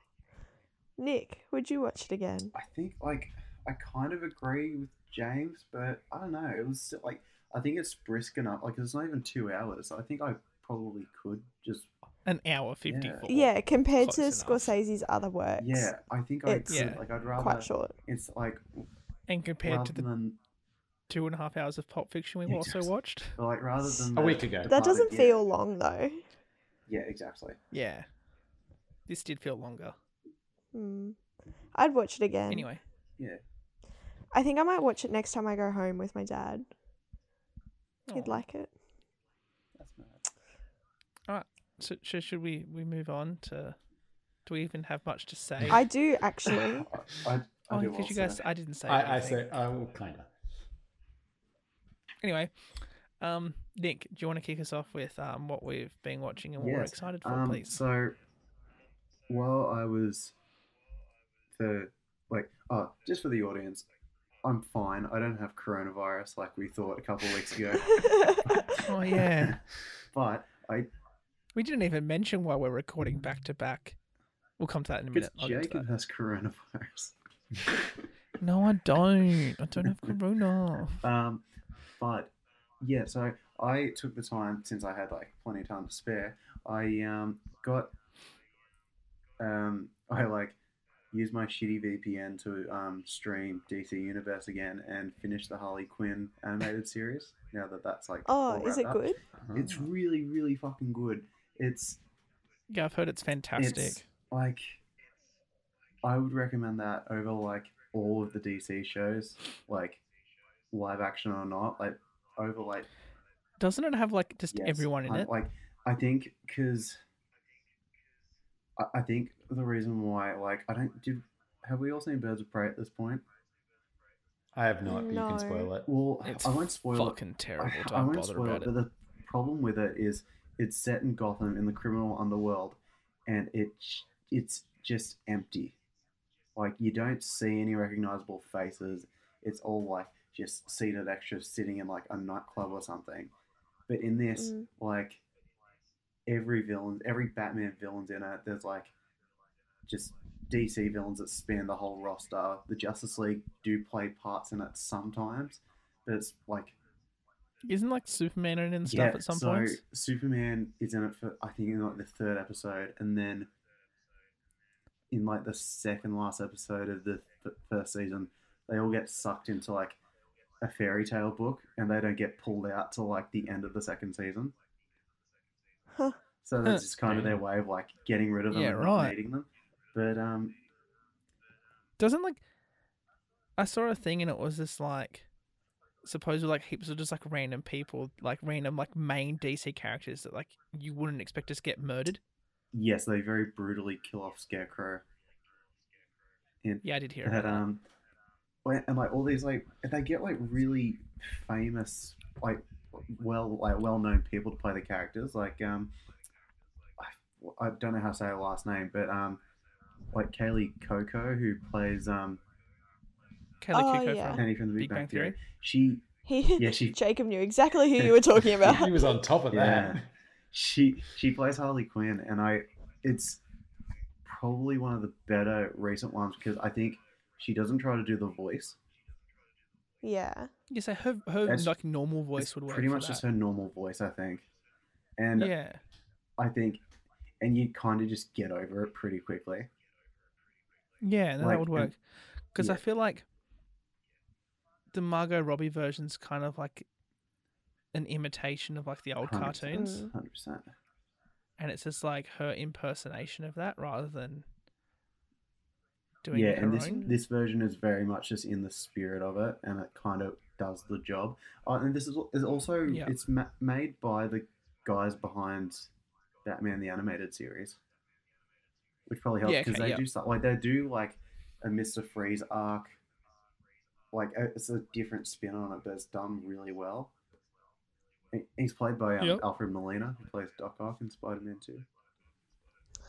Speaker 3: Nick, would you watch it again?
Speaker 4: I think like I kind of agree with James, but I don't know. It was still, like I think it's brisk enough. Like it's not even two hours. I think I probably could just
Speaker 2: An hour fifty-four.
Speaker 3: Yeah, compared to
Speaker 2: close enough.
Speaker 3: Scorsese's other works.
Speaker 4: yeah. I think I
Speaker 3: It's
Speaker 4: could.
Speaker 2: Yeah.
Speaker 4: Like I'd
Speaker 3: Quite
Speaker 4: rather
Speaker 3: short.
Speaker 4: it's like
Speaker 2: And compared
Speaker 4: rather
Speaker 2: to the
Speaker 4: than
Speaker 2: two and a half hours of Pop Fiction we've
Speaker 4: Yeah,
Speaker 2: also
Speaker 4: exactly.
Speaker 2: watched.
Speaker 4: like rather than
Speaker 5: A
Speaker 4: the-
Speaker 5: week ago. That
Speaker 4: the
Speaker 3: That
Speaker 4: part
Speaker 3: doesn't
Speaker 4: yeah.
Speaker 3: feel long though.
Speaker 4: Yeah, exactly.
Speaker 2: Yeah. This did feel longer.
Speaker 3: Hmm. I'd watch it again.
Speaker 2: Anyway,
Speaker 4: Yeah.
Speaker 3: I think I might watch it next time I go home with my dad. He'd
Speaker 2: Aw.
Speaker 3: like it.
Speaker 4: That's mad.
Speaker 2: So, so should we we move on to? Do we even have much to say?
Speaker 3: I do actually.
Speaker 4: I, I,
Speaker 2: oh,
Speaker 4: I do
Speaker 2: because you
Speaker 4: also.
Speaker 2: guys, I didn't say.
Speaker 5: I, I
Speaker 2: anything.
Speaker 5: say I will kinda.
Speaker 2: Anyway, um, Nick, do you want to kick us off with um what we've been watching and what we're
Speaker 4: Yes,
Speaker 2: excited for,
Speaker 4: um,
Speaker 2: please?
Speaker 4: So, while I was the like, oh, just for the audience, I'm fine. I don't have coronavirus like we thought a couple weeks ago.
Speaker 2: Oh yeah.
Speaker 4: but I,
Speaker 2: We didn't even mention why we're recording back to back. We'll come to that in a
Speaker 4: because
Speaker 2: minute. I'll get to
Speaker 4: Jacob has coronavirus.
Speaker 2: that. No, I don't. I don't have corona.
Speaker 4: Um, but yeah, so I took the time since I had like plenty of time to spare. I um got um I like use my shitty VPN to um, stream DC Universe again and finish the Harley Quinn animated series. Now that that's like
Speaker 3: Oh,
Speaker 4: all
Speaker 3: is it
Speaker 4: wrapped up.
Speaker 3: good?
Speaker 4: It's really, really fucking good. It's
Speaker 2: Yeah, I've heard it's fantastic.
Speaker 4: It's like I would recommend that over like all of the DC shows, like live action or not, like over like
Speaker 2: Doesn't it have like just
Speaker 4: yes,
Speaker 2: everyone in
Speaker 4: hun-
Speaker 2: it?
Speaker 4: Like I think because I, I think the reason why like I don't did have we all seen Birds of Prey at this point?
Speaker 5: I have not, but you
Speaker 3: No.
Speaker 5: can spoil it.
Speaker 4: Well,
Speaker 2: It's
Speaker 4: I won't spoil it.
Speaker 2: Fucking
Speaker 4: I-
Speaker 2: terrible.
Speaker 4: I
Speaker 2: Don't
Speaker 4: won't
Speaker 2: bother
Speaker 4: spoil
Speaker 2: about
Speaker 4: it,
Speaker 2: it.
Speaker 4: but the problem with it is it's set in Gotham in the criminal underworld, and it it's just empty. Like you don't see any recognizable faces. It's all like just seated extras sitting in like a nightclub or something. But in this,
Speaker 3: Mm.
Speaker 4: like every villain, every Batman villain's in it. There's like just DC villains that span the whole roster. The Justice League do play parts in it sometimes, but it's like
Speaker 2: Isn't like Superman in it and stuff at some
Speaker 4: so
Speaker 2: point?
Speaker 4: Superman is in it for I think in like the third episode, and then in like the second last episode of the f- first season, they all get sucked into like a fairy tale book, and they don't get pulled out till like the end of the second season.
Speaker 3: Huh.
Speaker 4: So
Speaker 2: Huh.
Speaker 4: that's just kind of their way of like getting rid of them
Speaker 2: Yeah,
Speaker 4: and
Speaker 2: right.
Speaker 4: not needing them. But um,
Speaker 2: Doesn't like I saw a thing and it was this like supposedly like heaps of just like random people, like random like main DC characters that like you wouldn't expect to get murdered.
Speaker 4: yes, they very brutally kill off Scarecrow. And
Speaker 2: Yeah, I did hear
Speaker 4: that
Speaker 2: about
Speaker 4: um when- and like all these like and they get like really famous like well like well known people to play the characters like um I, I don't know how to say her last name but um like Kaylee Coco who plays um
Speaker 2: that. Kelly
Speaker 3: Oh,
Speaker 2: Kiko
Speaker 3: yeah.
Speaker 2: from
Speaker 4: Penny from the Big, Bang, Theory. She
Speaker 3: He,
Speaker 4: yeah she
Speaker 3: Jacob knew exactly who you were talking about.
Speaker 5: He was on top of that.
Speaker 4: Yeah. she she plays Harley Quinn, and I it's probably one of the better recent ones because I think she doesn't try to do the voice.
Speaker 3: yeah.
Speaker 2: Yeah, so her her
Speaker 4: That's-
Speaker 2: like normal
Speaker 4: It's
Speaker 2: voice would work.
Speaker 4: pretty
Speaker 2: for
Speaker 4: much just
Speaker 2: that.
Speaker 4: her normal voice, I think. And
Speaker 2: yeah.
Speaker 4: I think, and you kind of just get over it pretty quickly.
Speaker 2: Yeah, no,
Speaker 4: Like,
Speaker 2: that would
Speaker 4: and-
Speaker 2: work. Because I
Speaker 4: yeah.
Speaker 2: feel like the Margot Robbie version's kind of like an imitation of like the old
Speaker 4: 100%.
Speaker 2: cartoons,
Speaker 3: Mm.
Speaker 4: Hundred percent.
Speaker 2: and it's just like her impersonation of that rather than doing
Speaker 4: Yeah,
Speaker 2: her
Speaker 4: and this
Speaker 2: own.
Speaker 4: this version is very much just in the spirit of it, and it kind of does the job. Uh, and this is, is also
Speaker 2: Yeah.
Speaker 4: it's ma- made by the guys behind Batman the animated series, which probably helps
Speaker 2: Yeah,
Speaker 4: because
Speaker 2: okay,
Speaker 4: they
Speaker 2: yeah.
Speaker 4: do stuff like they do like a Mister Freeze arc, like uh, it's a different spin on it, but it's done really well. He- He's played by um,
Speaker 2: Yep.
Speaker 4: Alfred Molina, who plays Doc Ock in Spider Man Two.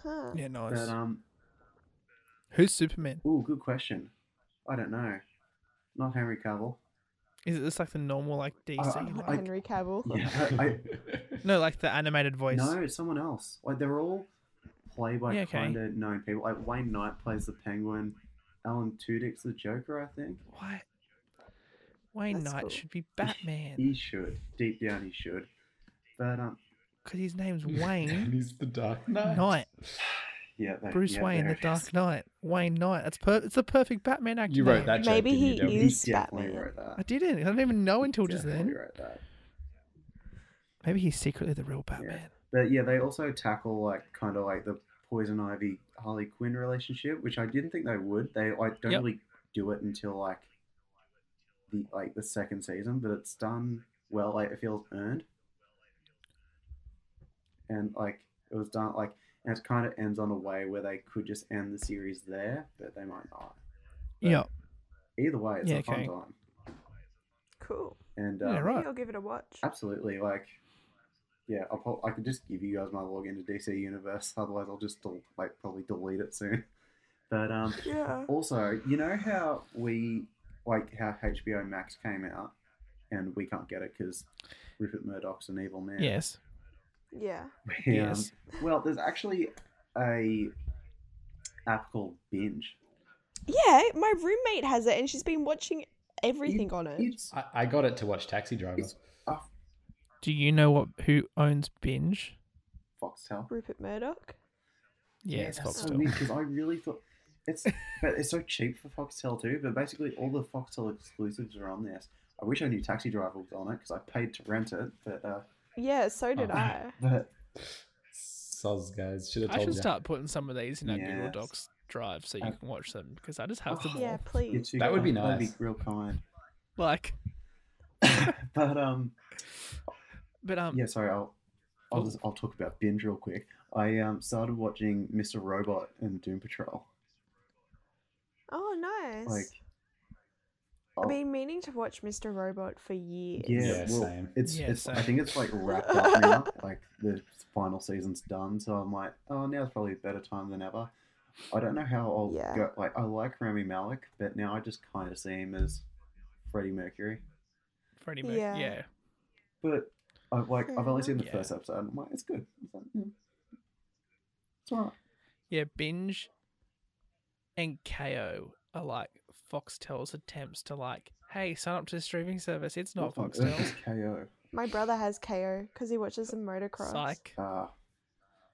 Speaker 3: Huh.
Speaker 2: yeah, nice.
Speaker 4: But um,
Speaker 2: Who's Superman?
Speaker 4: ooh, good question. I don't know. Not Henry Cavill.
Speaker 2: Is it just like the normal like DC?
Speaker 4: I-
Speaker 3: Not
Speaker 2: like-
Speaker 3: Henry Cavill.
Speaker 4: Yeah, I,
Speaker 2: no, like the animated voice.
Speaker 4: no, it's someone else. Like they're all played by
Speaker 2: Yeah, okay.
Speaker 4: kind of known people. Like Wayne Knight plays the Penguin. Alan Tudyk's the Joker, I think.
Speaker 2: Why? Wayne
Speaker 3: That's
Speaker 2: Knight
Speaker 3: cool.
Speaker 2: should be Batman
Speaker 4: He should. Deep down, he should. But um,
Speaker 2: because his name's Wayne
Speaker 5: And he's the Dark Knight.
Speaker 2: Knight.
Speaker 4: yeah, they,
Speaker 2: Bruce
Speaker 4: yeah,
Speaker 2: Wayne,
Speaker 4: there
Speaker 2: the
Speaker 4: it
Speaker 2: Dark
Speaker 4: is.
Speaker 2: Knight. Wayne Knight. That's per- it's the perfect Batman actor.
Speaker 5: You wrote
Speaker 2: name.
Speaker 5: that. joke,
Speaker 3: Maybe
Speaker 5: didn't you,
Speaker 3: he
Speaker 5: Dom?
Speaker 4: He
Speaker 3: is
Speaker 4: definitely
Speaker 3: Batman.
Speaker 4: wrote that.
Speaker 2: I didn't. I didn't even know until just
Speaker 4: Definitely
Speaker 2: then.
Speaker 4: wrote that.
Speaker 2: Maybe he's secretly the real Batman.
Speaker 4: But yeah, they also tackle like kind of like the Poison Ivy Harley Quinn relationship, which I didn't think they would. They like don't
Speaker 2: Yep.
Speaker 4: really do it until like the like the second season, but it's done well. Like it feels earned, and like it was done like and it kind of ends on a way where they could just end the series there, but they might not.
Speaker 2: Yeah.
Speaker 4: But um, Either way, it's
Speaker 2: Yeah,
Speaker 4: a fun
Speaker 2: okay.
Speaker 4: time,
Speaker 3: Cool.
Speaker 4: and um,
Speaker 2: Yeah,
Speaker 3: Maybe
Speaker 2: right.
Speaker 3: I'll give it a watch.
Speaker 4: Uh, Absolutely, like, yeah, I'll prob- I could just give you guys my login to DC Universe. Otherwise, I'll just del- like probably delete it soon. But um,
Speaker 3: Yeah.
Speaker 4: also, you know how we like how HBO Max came out, and we can't get it because Rupert Murdoch's an evil man.
Speaker 2: Yes.
Speaker 3: Yeah.
Speaker 4: Um,
Speaker 2: Yes.
Speaker 4: Well, there's actually a app called Binge.
Speaker 3: Yeah, my roommate has it and she's been watching everything on it.
Speaker 4: It's
Speaker 5: I, I got it to watch Taxi Driver.
Speaker 4: It's- uh,
Speaker 2: Do you know what who owns Binge?
Speaker 4: Foxtel.
Speaker 3: Rupert Murdoch.
Speaker 2: Yeah, it's
Speaker 4: that's so
Speaker 2: Foxtel.
Speaker 4: weird because I really thought It's but it's so cheap for Foxtel too. But basically, all the Foxtel exclusives are on this. I wish I knew Taxi Driver was on it because I paid to rent it. But uh,
Speaker 3: Yeah, so did
Speaker 5: Oh.
Speaker 3: I.
Speaker 4: but
Speaker 5: Soz guys should have
Speaker 2: I
Speaker 5: told
Speaker 2: should
Speaker 5: you.
Speaker 2: start putting some of these in our Google
Speaker 4: Yes.
Speaker 2: Docs drive so you
Speaker 5: Uh,
Speaker 2: can watch them because I just have them all.
Speaker 3: Yeah,
Speaker 4: you're
Speaker 3: please.
Speaker 4: too
Speaker 5: That would be
Speaker 4: kind. That'd
Speaker 5: nice.
Speaker 4: be real kind.
Speaker 2: Like,
Speaker 4: but um,
Speaker 2: but um,
Speaker 4: yeah. Sorry, I'll I'll
Speaker 2: Oh.
Speaker 4: just, I'll talk about binge real quick. I um started watching Mr. Robot and Doom Patrol.
Speaker 3: Oh, nice.
Speaker 4: Like,
Speaker 3: I've
Speaker 4: oh,
Speaker 3: been meaning to watch Mr. Robot for years.
Speaker 4: yeah,
Speaker 5: Yeah,
Speaker 4: well,
Speaker 5: same.
Speaker 4: it's
Speaker 2: Yeah,
Speaker 4: it's I
Speaker 2: same.
Speaker 4: think it's like wrapped up now. Like the final season's done, so I'm like, oh, now's probably a better time than ever. I don't know how I'll
Speaker 3: Yeah.
Speaker 4: go. Like, I like Rami Malik, but now I just kind of see him as Freddie Mercury.
Speaker 2: Freddie Mercury.
Speaker 3: Yeah.
Speaker 2: yeah.
Speaker 4: But I've like I've only seen the
Speaker 2: Yeah.
Speaker 4: first episode. and I'm like, it's good. It's, like, yeah. it's all right.
Speaker 2: Yeah, binge and KO are like Foxtel's attempts to like, hey, sign up to the streaming service. It's not
Speaker 4: What on earth
Speaker 2: Foxtel.
Speaker 4: is KO.
Speaker 3: My brother has KO because he watches some motocross.
Speaker 2: Psych.
Speaker 4: Ah,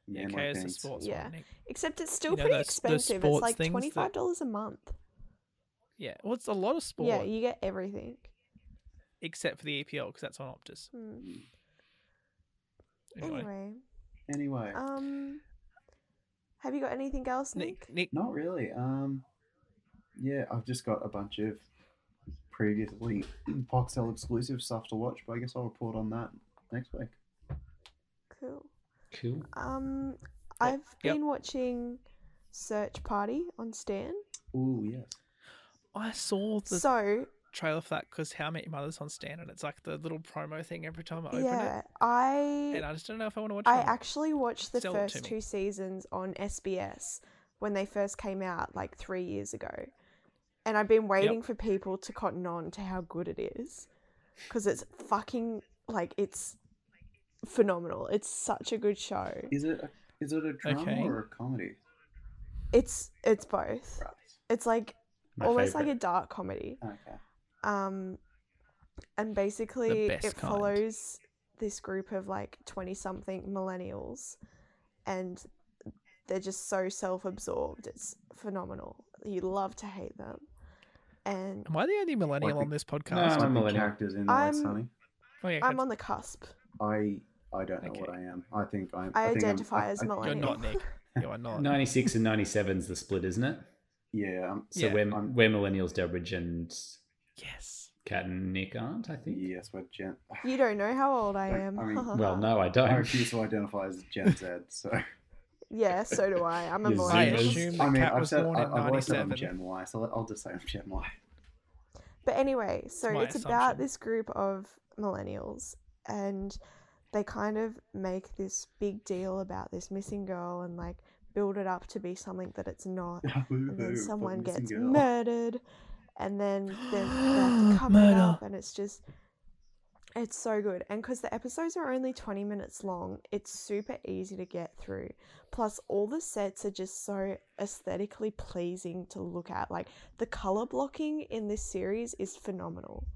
Speaker 2: Yeah,
Speaker 4: man,
Speaker 2: KO
Speaker 4: my
Speaker 2: is a
Speaker 4: pants.
Speaker 2: sports
Speaker 3: Yeah.
Speaker 2: one. Nick.
Speaker 3: Except it's still
Speaker 2: You know
Speaker 3: pretty
Speaker 2: those- those
Speaker 3: expensive.
Speaker 2: sports
Speaker 3: it's like
Speaker 2: things that-
Speaker 3: twenty five dollars a month.
Speaker 2: Yeah, well, it's a lot of sport
Speaker 3: Yeah, you get everything.
Speaker 2: except for the E EPL because that's on Optus.
Speaker 3: Hmm.
Speaker 2: Anyway,
Speaker 3: Anyway,
Speaker 4: Anyway,
Speaker 3: um, have you got anything else, Nick?
Speaker 2: Nick, Nick,
Speaker 4: not really. Um, yeah, I've just got a bunch of previously Foxtel exclusive stuff to watch, but I guess I'll report on that next week.
Speaker 3: Cool.
Speaker 5: Cool.
Speaker 3: Um,
Speaker 2: Oh,
Speaker 3: I've
Speaker 2: yep.
Speaker 3: been watching Search Party on Stan.
Speaker 4: Oh yes,
Speaker 2: I saw the
Speaker 3: So
Speaker 2: trailer for that because How I Met Your Mother's on Stan and it's like the little promo thing every time I open
Speaker 3: yeah,
Speaker 2: it, and
Speaker 3: I
Speaker 2: I just don't know if I want to watch.
Speaker 3: I
Speaker 2: it.
Speaker 3: actually watched the
Speaker 2: Sell it to
Speaker 3: first
Speaker 2: me.
Speaker 3: two seasons on SBS when they first came out like three years ago, and I've been waiting for people to cotton on to how good it is, because it's fucking like it's phenomenal. It's such a good show.
Speaker 4: is it a, is it a drama
Speaker 2: Okay.
Speaker 4: or a comedy?
Speaker 3: It's it's both.
Speaker 4: Right.
Speaker 3: It's like
Speaker 5: My
Speaker 3: almost
Speaker 5: favorite.
Speaker 3: like a dark comedy.
Speaker 4: Okay.
Speaker 3: um and basically it
Speaker 2: best kind.
Speaker 3: follows this group of like 20 something millennials and they're just so self-absorbed it's phenomenal you love to hate them and
Speaker 2: Am I the only millennial
Speaker 4: the-
Speaker 2: on this
Speaker 5: No,
Speaker 2: podcast?
Speaker 4: Some
Speaker 5: I'm
Speaker 4: of the
Speaker 5: millennial.
Speaker 4: characters in there,
Speaker 3: I'm-
Speaker 4: Sonny.
Speaker 2: oh, yeah,
Speaker 3: i'm
Speaker 2: that's-
Speaker 3: on the cusp
Speaker 4: I I don't know what
Speaker 2: Okay.
Speaker 4: I am. I think I'm.
Speaker 3: i,
Speaker 4: think I'm-
Speaker 3: identify
Speaker 4: I-
Speaker 3: as
Speaker 4: I-
Speaker 2: You're
Speaker 3: millennial
Speaker 2: not Nick. You are not.
Speaker 5: Ninety six and ninety seven is the split, isn't it?
Speaker 4: Yeah, I'm,
Speaker 5: So
Speaker 2: Yeah.
Speaker 5: we're
Speaker 4: I'm-
Speaker 5: we're millennials, Delbridge and
Speaker 2: Yes.
Speaker 5: Kat and Nick aren't. I think.
Speaker 4: yes, we're Gen.
Speaker 3: you don't know how old i
Speaker 4: Like,
Speaker 3: am
Speaker 4: I mean-
Speaker 5: Well, no, I don't.
Speaker 4: I refuse to identify as Gen Z, so.
Speaker 3: yeah so do i i'm a
Speaker 5: You
Speaker 2: I assume
Speaker 3: millennial
Speaker 5: Zoomers.
Speaker 2: that Cat was born in
Speaker 4: I've always said I'm
Speaker 2: '97.
Speaker 4: Gen Y, so I'll just say I'm Gen Y.
Speaker 3: But anyway, so
Speaker 2: my
Speaker 3: it's about
Speaker 2: assumption.
Speaker 3: this group of millennials, and they kind of make this big deal about this missing girl and like build it up to be something that it's not. And then someone gets murdered, and then they, they have to cover it
Speaker 2: Murder.
Speaker 3: up, and it's just. It's so good. And because the episodes are only 20 minutes long, it's super easy to get through. Plus, all the sets are just so aesthetically pleasing to look at. Like, the color blocking in this series is phenomenal.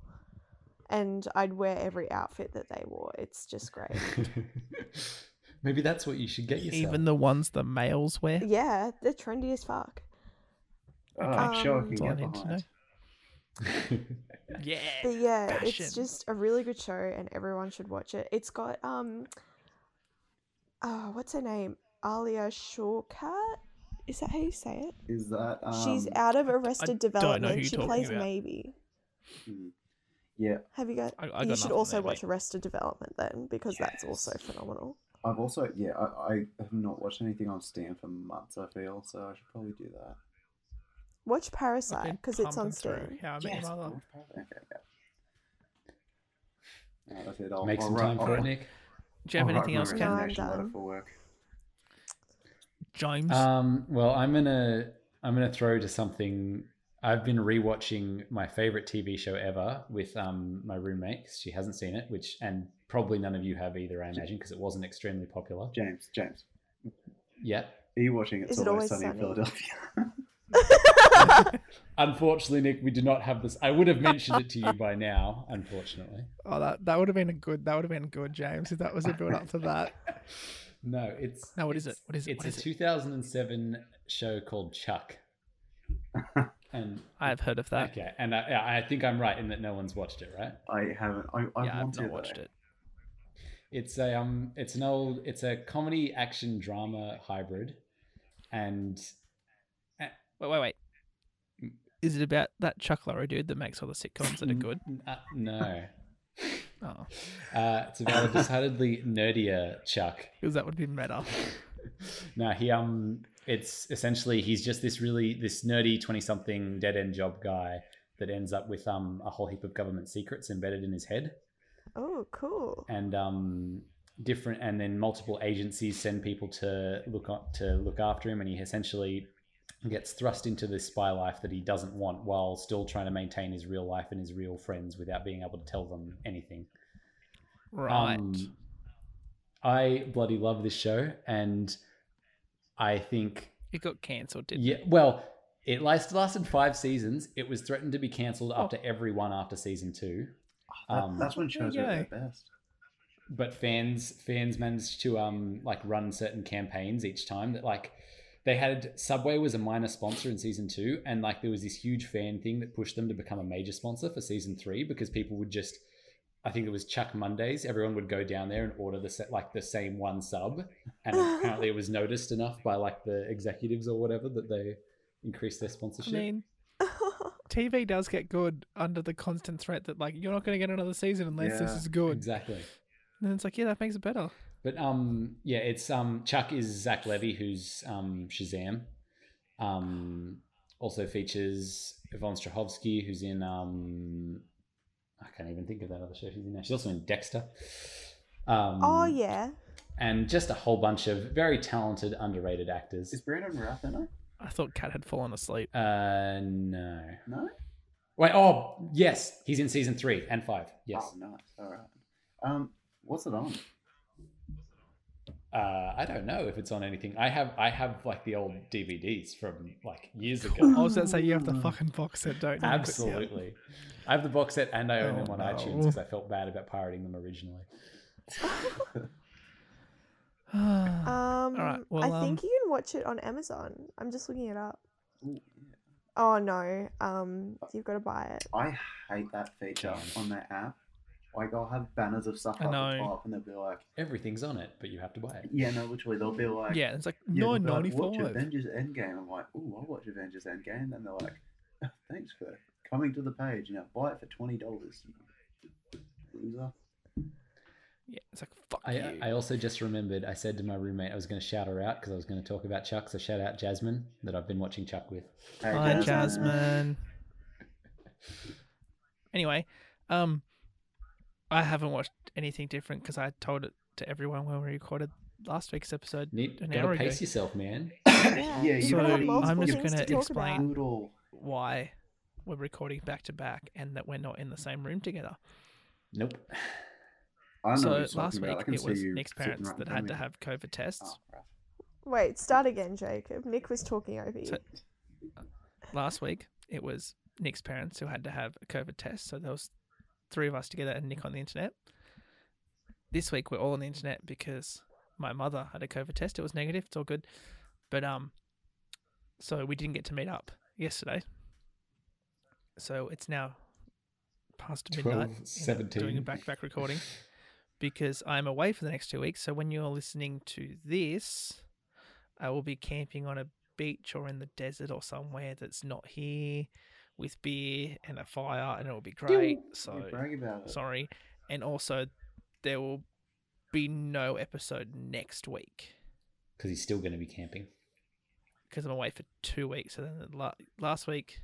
Speaker 3: And I'd wear every outfit that they wore. It's just great.
Speaker 5: Maybe that's what you should get yourself.
Speaker 2: Even the ones the males wear.
Speaker 3: yeah, they're trendy as fuck.
Speaker 4: I'm sure I
Speaker 3: Um,
Speaker 4: can
Speaker 2: That's all I
Speaker 4: get
Speaker 2: need to know.
Speaker 4: behind.
Speaker 2: Yeah.
Speaker 3: But yeah,
Speaker 2: Fashion.
Speaker 3: it's just a really good show and everyone should watch it. It's got um oh, what's her name? Alia Shawkat? Is that how you say it?
Speaker 4: Is that um,
Speaker 3: She's out of
Speaker 2: know
Speaker 3: Arrested
Speaker 2: who
Speaker 3: Development.
Speaker 2: you're
Speaker 3: She
Speaker 2: talking
Speaker 3: plays
Speaker 2: about.
Speaker 3: Maybe.
Speaker 4: hmm. Yeah,
Speaker 3: Have you got
Speaker 2: I- I got
Speaker 3: you should
Speaker 2: nothing
Speaker 3: also
Speaker 2: there,
Speaker 3: watch
Speaker 2: mate.
Speaker 3: Arrested Development then, because that's also phenomenal.
Speaker 4: I've also yeah I, I have not watched anything on Stan for months. I feel so I should probably do that.
Speaker 3: Watch
Speaker 2: I've been
Speaker 3: Parasite because it's
Speaker 2: pumping
Speaker 3: on
Speaker 2: through
Speaker 3: Stan.
Speaker 2: How I Met Your
Speaker 3: Oh.
Speaker 2: Mother.
Speaker 4: Okay, yeah. No, that's it. I'll,
Speaker 5: Make
Speaker 4: I'll
Speaker 5: some
Speaker 4: write-
Speaker 5: time for
Speaker 4: I'll-
Speaker 5: it, Nick.
Speaker 2: Do you have
Speaker 4: I'll
Speaker 2: anything
Speaker 4: write my
Speaker 2: else,
Speaker 3: No,
Speaker 2: Kat?
Speaker 3: I'm
Speaker 4: recommendation letter
Speaker 3: done.
Speaker 4: for work.
Speaker 2: James.
Speaker 5: Um, well, I'm gonna I'm gonna throw to something. I've been rewatching my favorite TV show ever with um, my roommate. 'cause She hasn't seen it, which and probably none of you have either, I imagine, because it wasn't extremely popular.
Speaker 4: James, James,
Speaker 5: Yeah,
Speaker 4: are you watching It's
Speaker 3: Is it
Speaker 4: Always
Speaker 3: Always
Speaker 4: Sunny in
Speaker 3: Sunny?
Speaker 4: Philadelphia?
Speaker 5: Unfortunately, Nick, we do not have this. I would have mentioned it to you by now. Unfortunately,
Speaker 2: oh, that that would have been a good. That would have been good, James, if that was a build up to that.
Speaker 5: no, it's
Speaker 2: No, what is
Speaker 5: it's-
Speaker 2: it? What is it?
Speaker 5: It's
Speaker 2: What
Speaker 5: a
Speaker 2: is it?
Speaker 5: 2007 show called Chuck. And
Speaker 2: I've heard of that.
Speaker 5: okay, and I, yeah, I think I'm right in that no one's watched it, right?
Speaker 4: I haven't. I, I
Speaker 2: yeah,
Speaker 4: want
Speaker 2: I've
Speaker 4: to.
Speaker 2: not
Speaker 4: though.
Speaker 2: watched it.
Speaker 5: It's a um, it's an old, it's a comedy action drama hybrid, and
Speaker 2: Wait, wait, wait. Is it about that Chuck Lorre dude that makes all the sitcoms that are good?
Speaker 5: uh, no,
Speaker 2: Oh,
Speaker 5: uh, it's about a decidedly nerdier Chuck
Speaker 2: because that would be meta.
Speaker 5: Um, no, he um, it's essentially he's just this really this nerdy twenty something dead end job guy that ends up with um a whole heap of government secrets embedded in his head,
Speaker 3: Oh, cool.
Speaker 5: and um different and then multiple agencies send people to look up to look after him, and he essentially gets thrust into this spy life that he doesn't want while still trying to maintain his real life and his real friends without being able to tell them anything.
Speaker 2: Right.
Speaker 5: Um, I bloody love this show, and I think
Speaker 2: it got cancelled, didn't
Speaker 5: yeah,
Speaker 2: it?
Speaker 5: well, it last, lasted five seasons. It was threatened to be cancelled after every one after season two,
Speaker 4: That,
Speaker 5: Um,
Speaker 4: that's when shows are
Speaker 2: yeah.
Speaker 4: at their best.
Speaker 5: but fans fans managed to um like run certain campaigns each time that like they had Subway was a minor sponsor in season two, and like there was this huge fan thing that pushed them to become a major sponsor for season three because people would just. I think it was Chuck Mondays. Everyone would go down there and order the set, like the same one sub, and apparently it was noticed enough by like the executives or whatever that they increased their
Speaker 2: I
Speaker 5: sponsorship.
Speaker 2: mean, Um, TV does get good under the constant threat that like you're not going to get another season unless this
Speaker 4: Yeah,
Speaker 2: is good.
Speaker 5: Exactly.
Speaker 2: And it's like, yeah, that makes it better.
Speaker 5: But um, yeah, it's um, Chuck is Zach Levy, who's um, Shazam. Um, also features Yvonne Strahovski, who's in um, I can't even think of that other show she's in now. She's also in Dexter. Um,
Speaker 3: oh, yeah.
Speaker 5: and just a whole bunch of very talented, underrated actors.
Speaker 4: Is Brandon Routh in it?
Speaker 2: I thought Cat had fallen asleep.
Speaker 5: Uh, no.
Speaker 4: No.
Speaker 5: Wait. Oh, yes, he's in season three and five. Yes.
Speaker 4: Oh, nice. All right. Um, what's it on?
Speaker 5: Uh, I don't know if it's on anything. I have I have like the old DVDs from like years ago.
Speaker 2: I was going to say you have the fucking box set, don't you? But yeah.
Speaker 5: Absolutely. I have the box set and I own
Speaker 2: Oh,
Speaker 5: them on
Speaker 2: no.
Speaker 5: iTunes because I felt bad about pirating them originally.
Speaker 3: Um,
Speaker 2: right, well,
Speaker 3: I think
Speaker 2: um,
Speaker 3: you can watch it on Amazon. I'm just looking it up. Oh, no. Um, you've got to buy it.
Speaker 4: I hate that feature on their app. Like, I'll have banners of stuff
Speaker 2: I
Speaker 4: at the
Speaker 2: know.
Speaker 4: top, and they'll be like,
Speaker 5: Everything's on it, but you have to buy it.
Speaker 4: yeah, no, literally, they'll be like,
Speaker 2: yeah, it's like
Speaker 4: yeah, they'll be
Speaker 2: nine
Speaker 4: like,
Speaker 2: ninety
Speaker 4: Watch
Speaker 2: five.
Speaker 4: Avengers Endgame. I'm like, ooh, I'll watch Avengers Endgame. And they're like, "Oh, thanks for coming to the page. You know, buy it for $20. Loser.
Speaker 2: Yeah, it's like fuck
Speaker 5: I,
Speaker 2: you.
Speaker 5: I also just remembered I said to my roommate I was going to shout her out because I was going to talk about Chuck. So shout out Jasmine that I've been watching Chuck with.
Speaker 4: Hey,
Speaker 2: Hi, Jasmine. anyway, um, I haven't watched anything different because I told it to everyone when we recorded last week's episode.
Speaker 5: Need,
Speaker 2: An
Speaker 5: gotta
Speaker 2: hour
Speaker 5: pace
Speaker 2: ago.
Speaker 5: yourself, man.
Speaker 3: Yeah,
Speaker 4: Yeah,
Speaker 3: you've
Speaker 4: you
Speaker 2: so
Speaker 3: got
Speaker 2: I'm
Speaker 4: already-
Speaker 3: multiple
Speaker 2: just
Speaker 3: things
Speaker 2: going
Speaker 3: to
Speaker 2: to
Speaker 3: talk
Speaker 2: explain
Speaker 4: Noodle.
Speaker 2: why we're recording back to back and that we're not in the same room together.
Speaker 5: Nope.
Speaker 4: I know what
Speaker 2: So
Speaker 4: you're talking
Speaker 2: last
Speaker 4: about.
Speaker 2: week
Speaker 4: I can
Speaker 2: it
Speaker 4: see
Speaker 2: was
Speaker 4: you
Speaker 2: Nick's
Speaker 4: sitting
Speaker 2: parents
Speaker 4: right in
Speaker 2: that
Speaker 4: front
Speaker 2: had
Speaker 4: of
Speaker 2: to
Speaker 4: me.
Speaker 2: have COVID tests.
Speaker 4: Oh, right.
Speaker 3: Wait, start again, Jacob. Nick was talking over you.
Speaker 2: So- Last week it was Nick's parents who had to have a COVID test. So there was three of us together and Nick on the internet. This week we're all on the internet because my mother had a COVID test. It was negative. It's all good, but um, so we didn't get to meet up yesterday. So it's now past midnight.
Speaker 5: 12,
Speaker 2: you know, doing a
Speaker 5: 17.
Speaker 2: back-to-back recording because I'm away for the next two weeks. So when you're listening to this, I will be camping on a beach or in the desert or somewhere that's not here with beer and a fire, and it will be great.
Speaker 4: You
Speaker 2: So
Speaker 4: brag about it.
Speaker 2: sorry. And also, there will be no episode next week
Speaker 5: Because he's still going to be camping.
Speaker 2: because I'm away for two weeks. And then the la- last week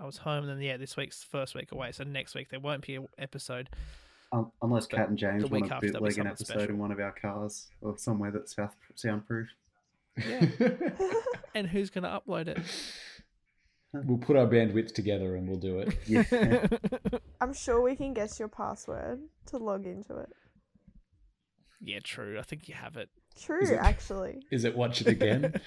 Speaker 2: I was home, and then yeah, this week's the first week away. So next week there won't be an episode.
Speaker 4: Um, unless
Speaker 2: But
Speaker 4: Cat and James
Speaker 2: the
Speaker 4: want
Speaker 2: week
Speaker 4: to
Speaker 2: after there'll be
Speaker 4: bootleg an
Speaker 2: something
Speaker 4: episode
Speaker 2: special.
Speaker 4: in one of our cars or somewhere that's south- soundproof.
Speaker 2: Yeah. and who's going to upload it?
Speaker 5: We'll put our bandwidth together and we'll do it.
Speaker 4: Yeah.
Speaker 3: I'm sure we can guess your password to log into it.
Speaker 2: yeah, true. I think you have it.
Speaker 3: True,
Speaker 5: it-
Speaker 3: actually.
Speaker 5: Is it watch it again?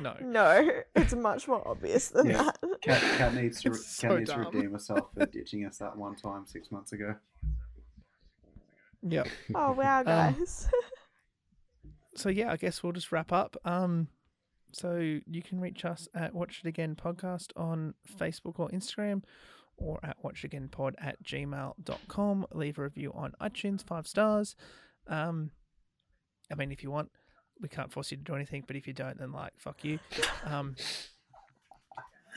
Speaker 2: No.
Speaker 3: No, it's much more obvious than
Speaker 4: Yeah.
Speaker 3: that.
Speaker 4: Cat, Cat needs to,
Speaker 2: It's
Speaker 4: Cat
Speaker 2: so
Speaker 4: needs to
Speaker 2: dumb.
Speaker 4: redeem herself for ditching us that one time six months ago.
Speaker 2: Yeah.
Speaker 3: Oh wow, guys.
Speaker 2: so yeah, I guess we'll just wrap up. Um, So you can reach us at Watch It Again Podcast on Facebook or Instagram or at watchagainpod at gmail.com. Leave a review on iTunes, five stars. Um, I mean, if you want, we can't force you to do anything, but if you don't, then like, fuck you. Um,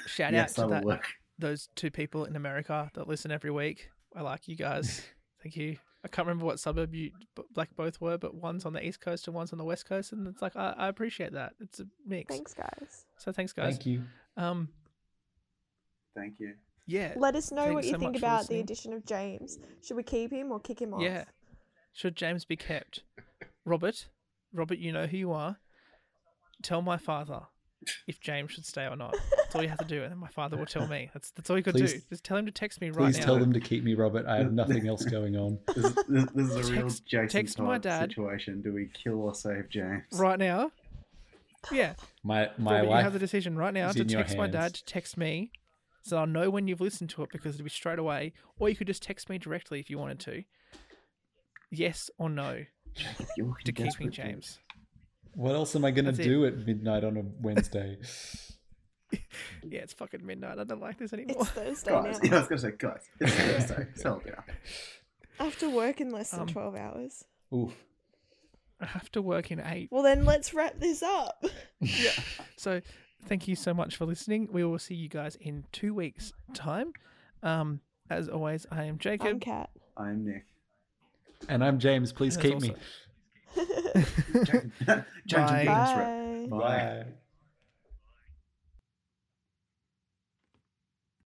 Speaker 2: shout
Speaker 4: yes,
Speaker 2: out
Speaker 4: that
Speaker 2: to
Speaker 4: will
Speaker 2: that,
Speaker 4: work.
Speaker 2: those two people in America that listen every week. I like you guys. Thank you. I can't remember what suburb you b- like both were, but one's on the east coast and one's on the west coast, and it's like I, I appreciate that. It's a mix.
Speaker 3: Thanks, guys.
Speaker 2: So thanks, guys.
Speaker 5: Thank you.
Speaker 2: Um,
Speaker 4: Thank you.
Speaker 2: yeah,
Speaker 3: Let us know what
Speaker 2: Thanks
Speaker 3: you
Speaker 2: uh, so
Speaker 3: think
Speaker 2: much for
Speaker 3: about the
Speaker 2: listening.
Speaker 3: addition of James. Should we keep him or kick him off?
Speaker 2: Yeah. should James be kept? Robert, Robert, you know who you are. Tell my father if James should stay or not. That's all you have to do, and then my father will tell me. That's that's all you could do.
Speaker 5: Please-
Speaker 2: Just tell him to text me right
Speaker 5: Please
Speaker 2: now.
Speaker 5: tell them to keep me, Robert. I have nothing else going on.
Speaker 4: This, is- this, this is a real
Speaker 2: Text-
Speaker 4: Jason
Speaker 2: text my
Speaker 4: Todd
Speaker 2: dad.
Speaker 4: situation. Do we kill or save James?
Speaker 2: Right now. Yeah.
Speaker 5: My my
Speaker 2: Robert, you have
Speaker 5: life.
Speaker 2: the decision right now
Speaker 5: is
Speaker 2: to
Speaker 5: in your
Speaker 2: text my dad,
Speaker 5: hands.
Speaker 2: to text me, so I'll know when you've listened to it because it'll be straight away. Or you could just text me directly if you wanted to. Yes or no
Speaker 4: Jacob, you're
Speaker 2: to
Speaker 4: looking
Speaker 2: keeping
Speaker 4: desperate, dude.
Speaker 2: James.
Speaker 5: What else am I going to
Speaker 2: That's it.
Speaker 5: do at midnight on a Wednesday?
Speaker 2: Yeah, it's fucking midnight. I don't like this anymore.
Speaker 3: It's Thursday
Speaker 4: Guys,
Speaker 3: now.
Speaker 4: yeah, I was going to say, guys, it's Thursday. Settle down.
Speaker 3: I have to work in less than
Speaker 2: Um,
Speaker 3: 12 hours.
Speaker 5: Oof.
Speaker 2: I have to work in eight.
Speaker 3: Well, then let's wrap this up.
Speaker 2: So thank you so much for listening. We will see you guys in two weeks' time. Um, as always, I am
Speaker 3: I'm
Speaker 2: Jacob.
Speaker 3: Kat.
Speaker 4: I'm Nick.
Speaker 5: And I'm James. Please
Speaker 2: That's
Speaker 5: keep me.
Speaker 2: also-
Speaker 4: Jacob, Jacob,
Speaker 2: Bye.
Speaker 4: that's right.
Speaker 3: Bye.
Speaker 4: Bye.
Speaker 5: Bye.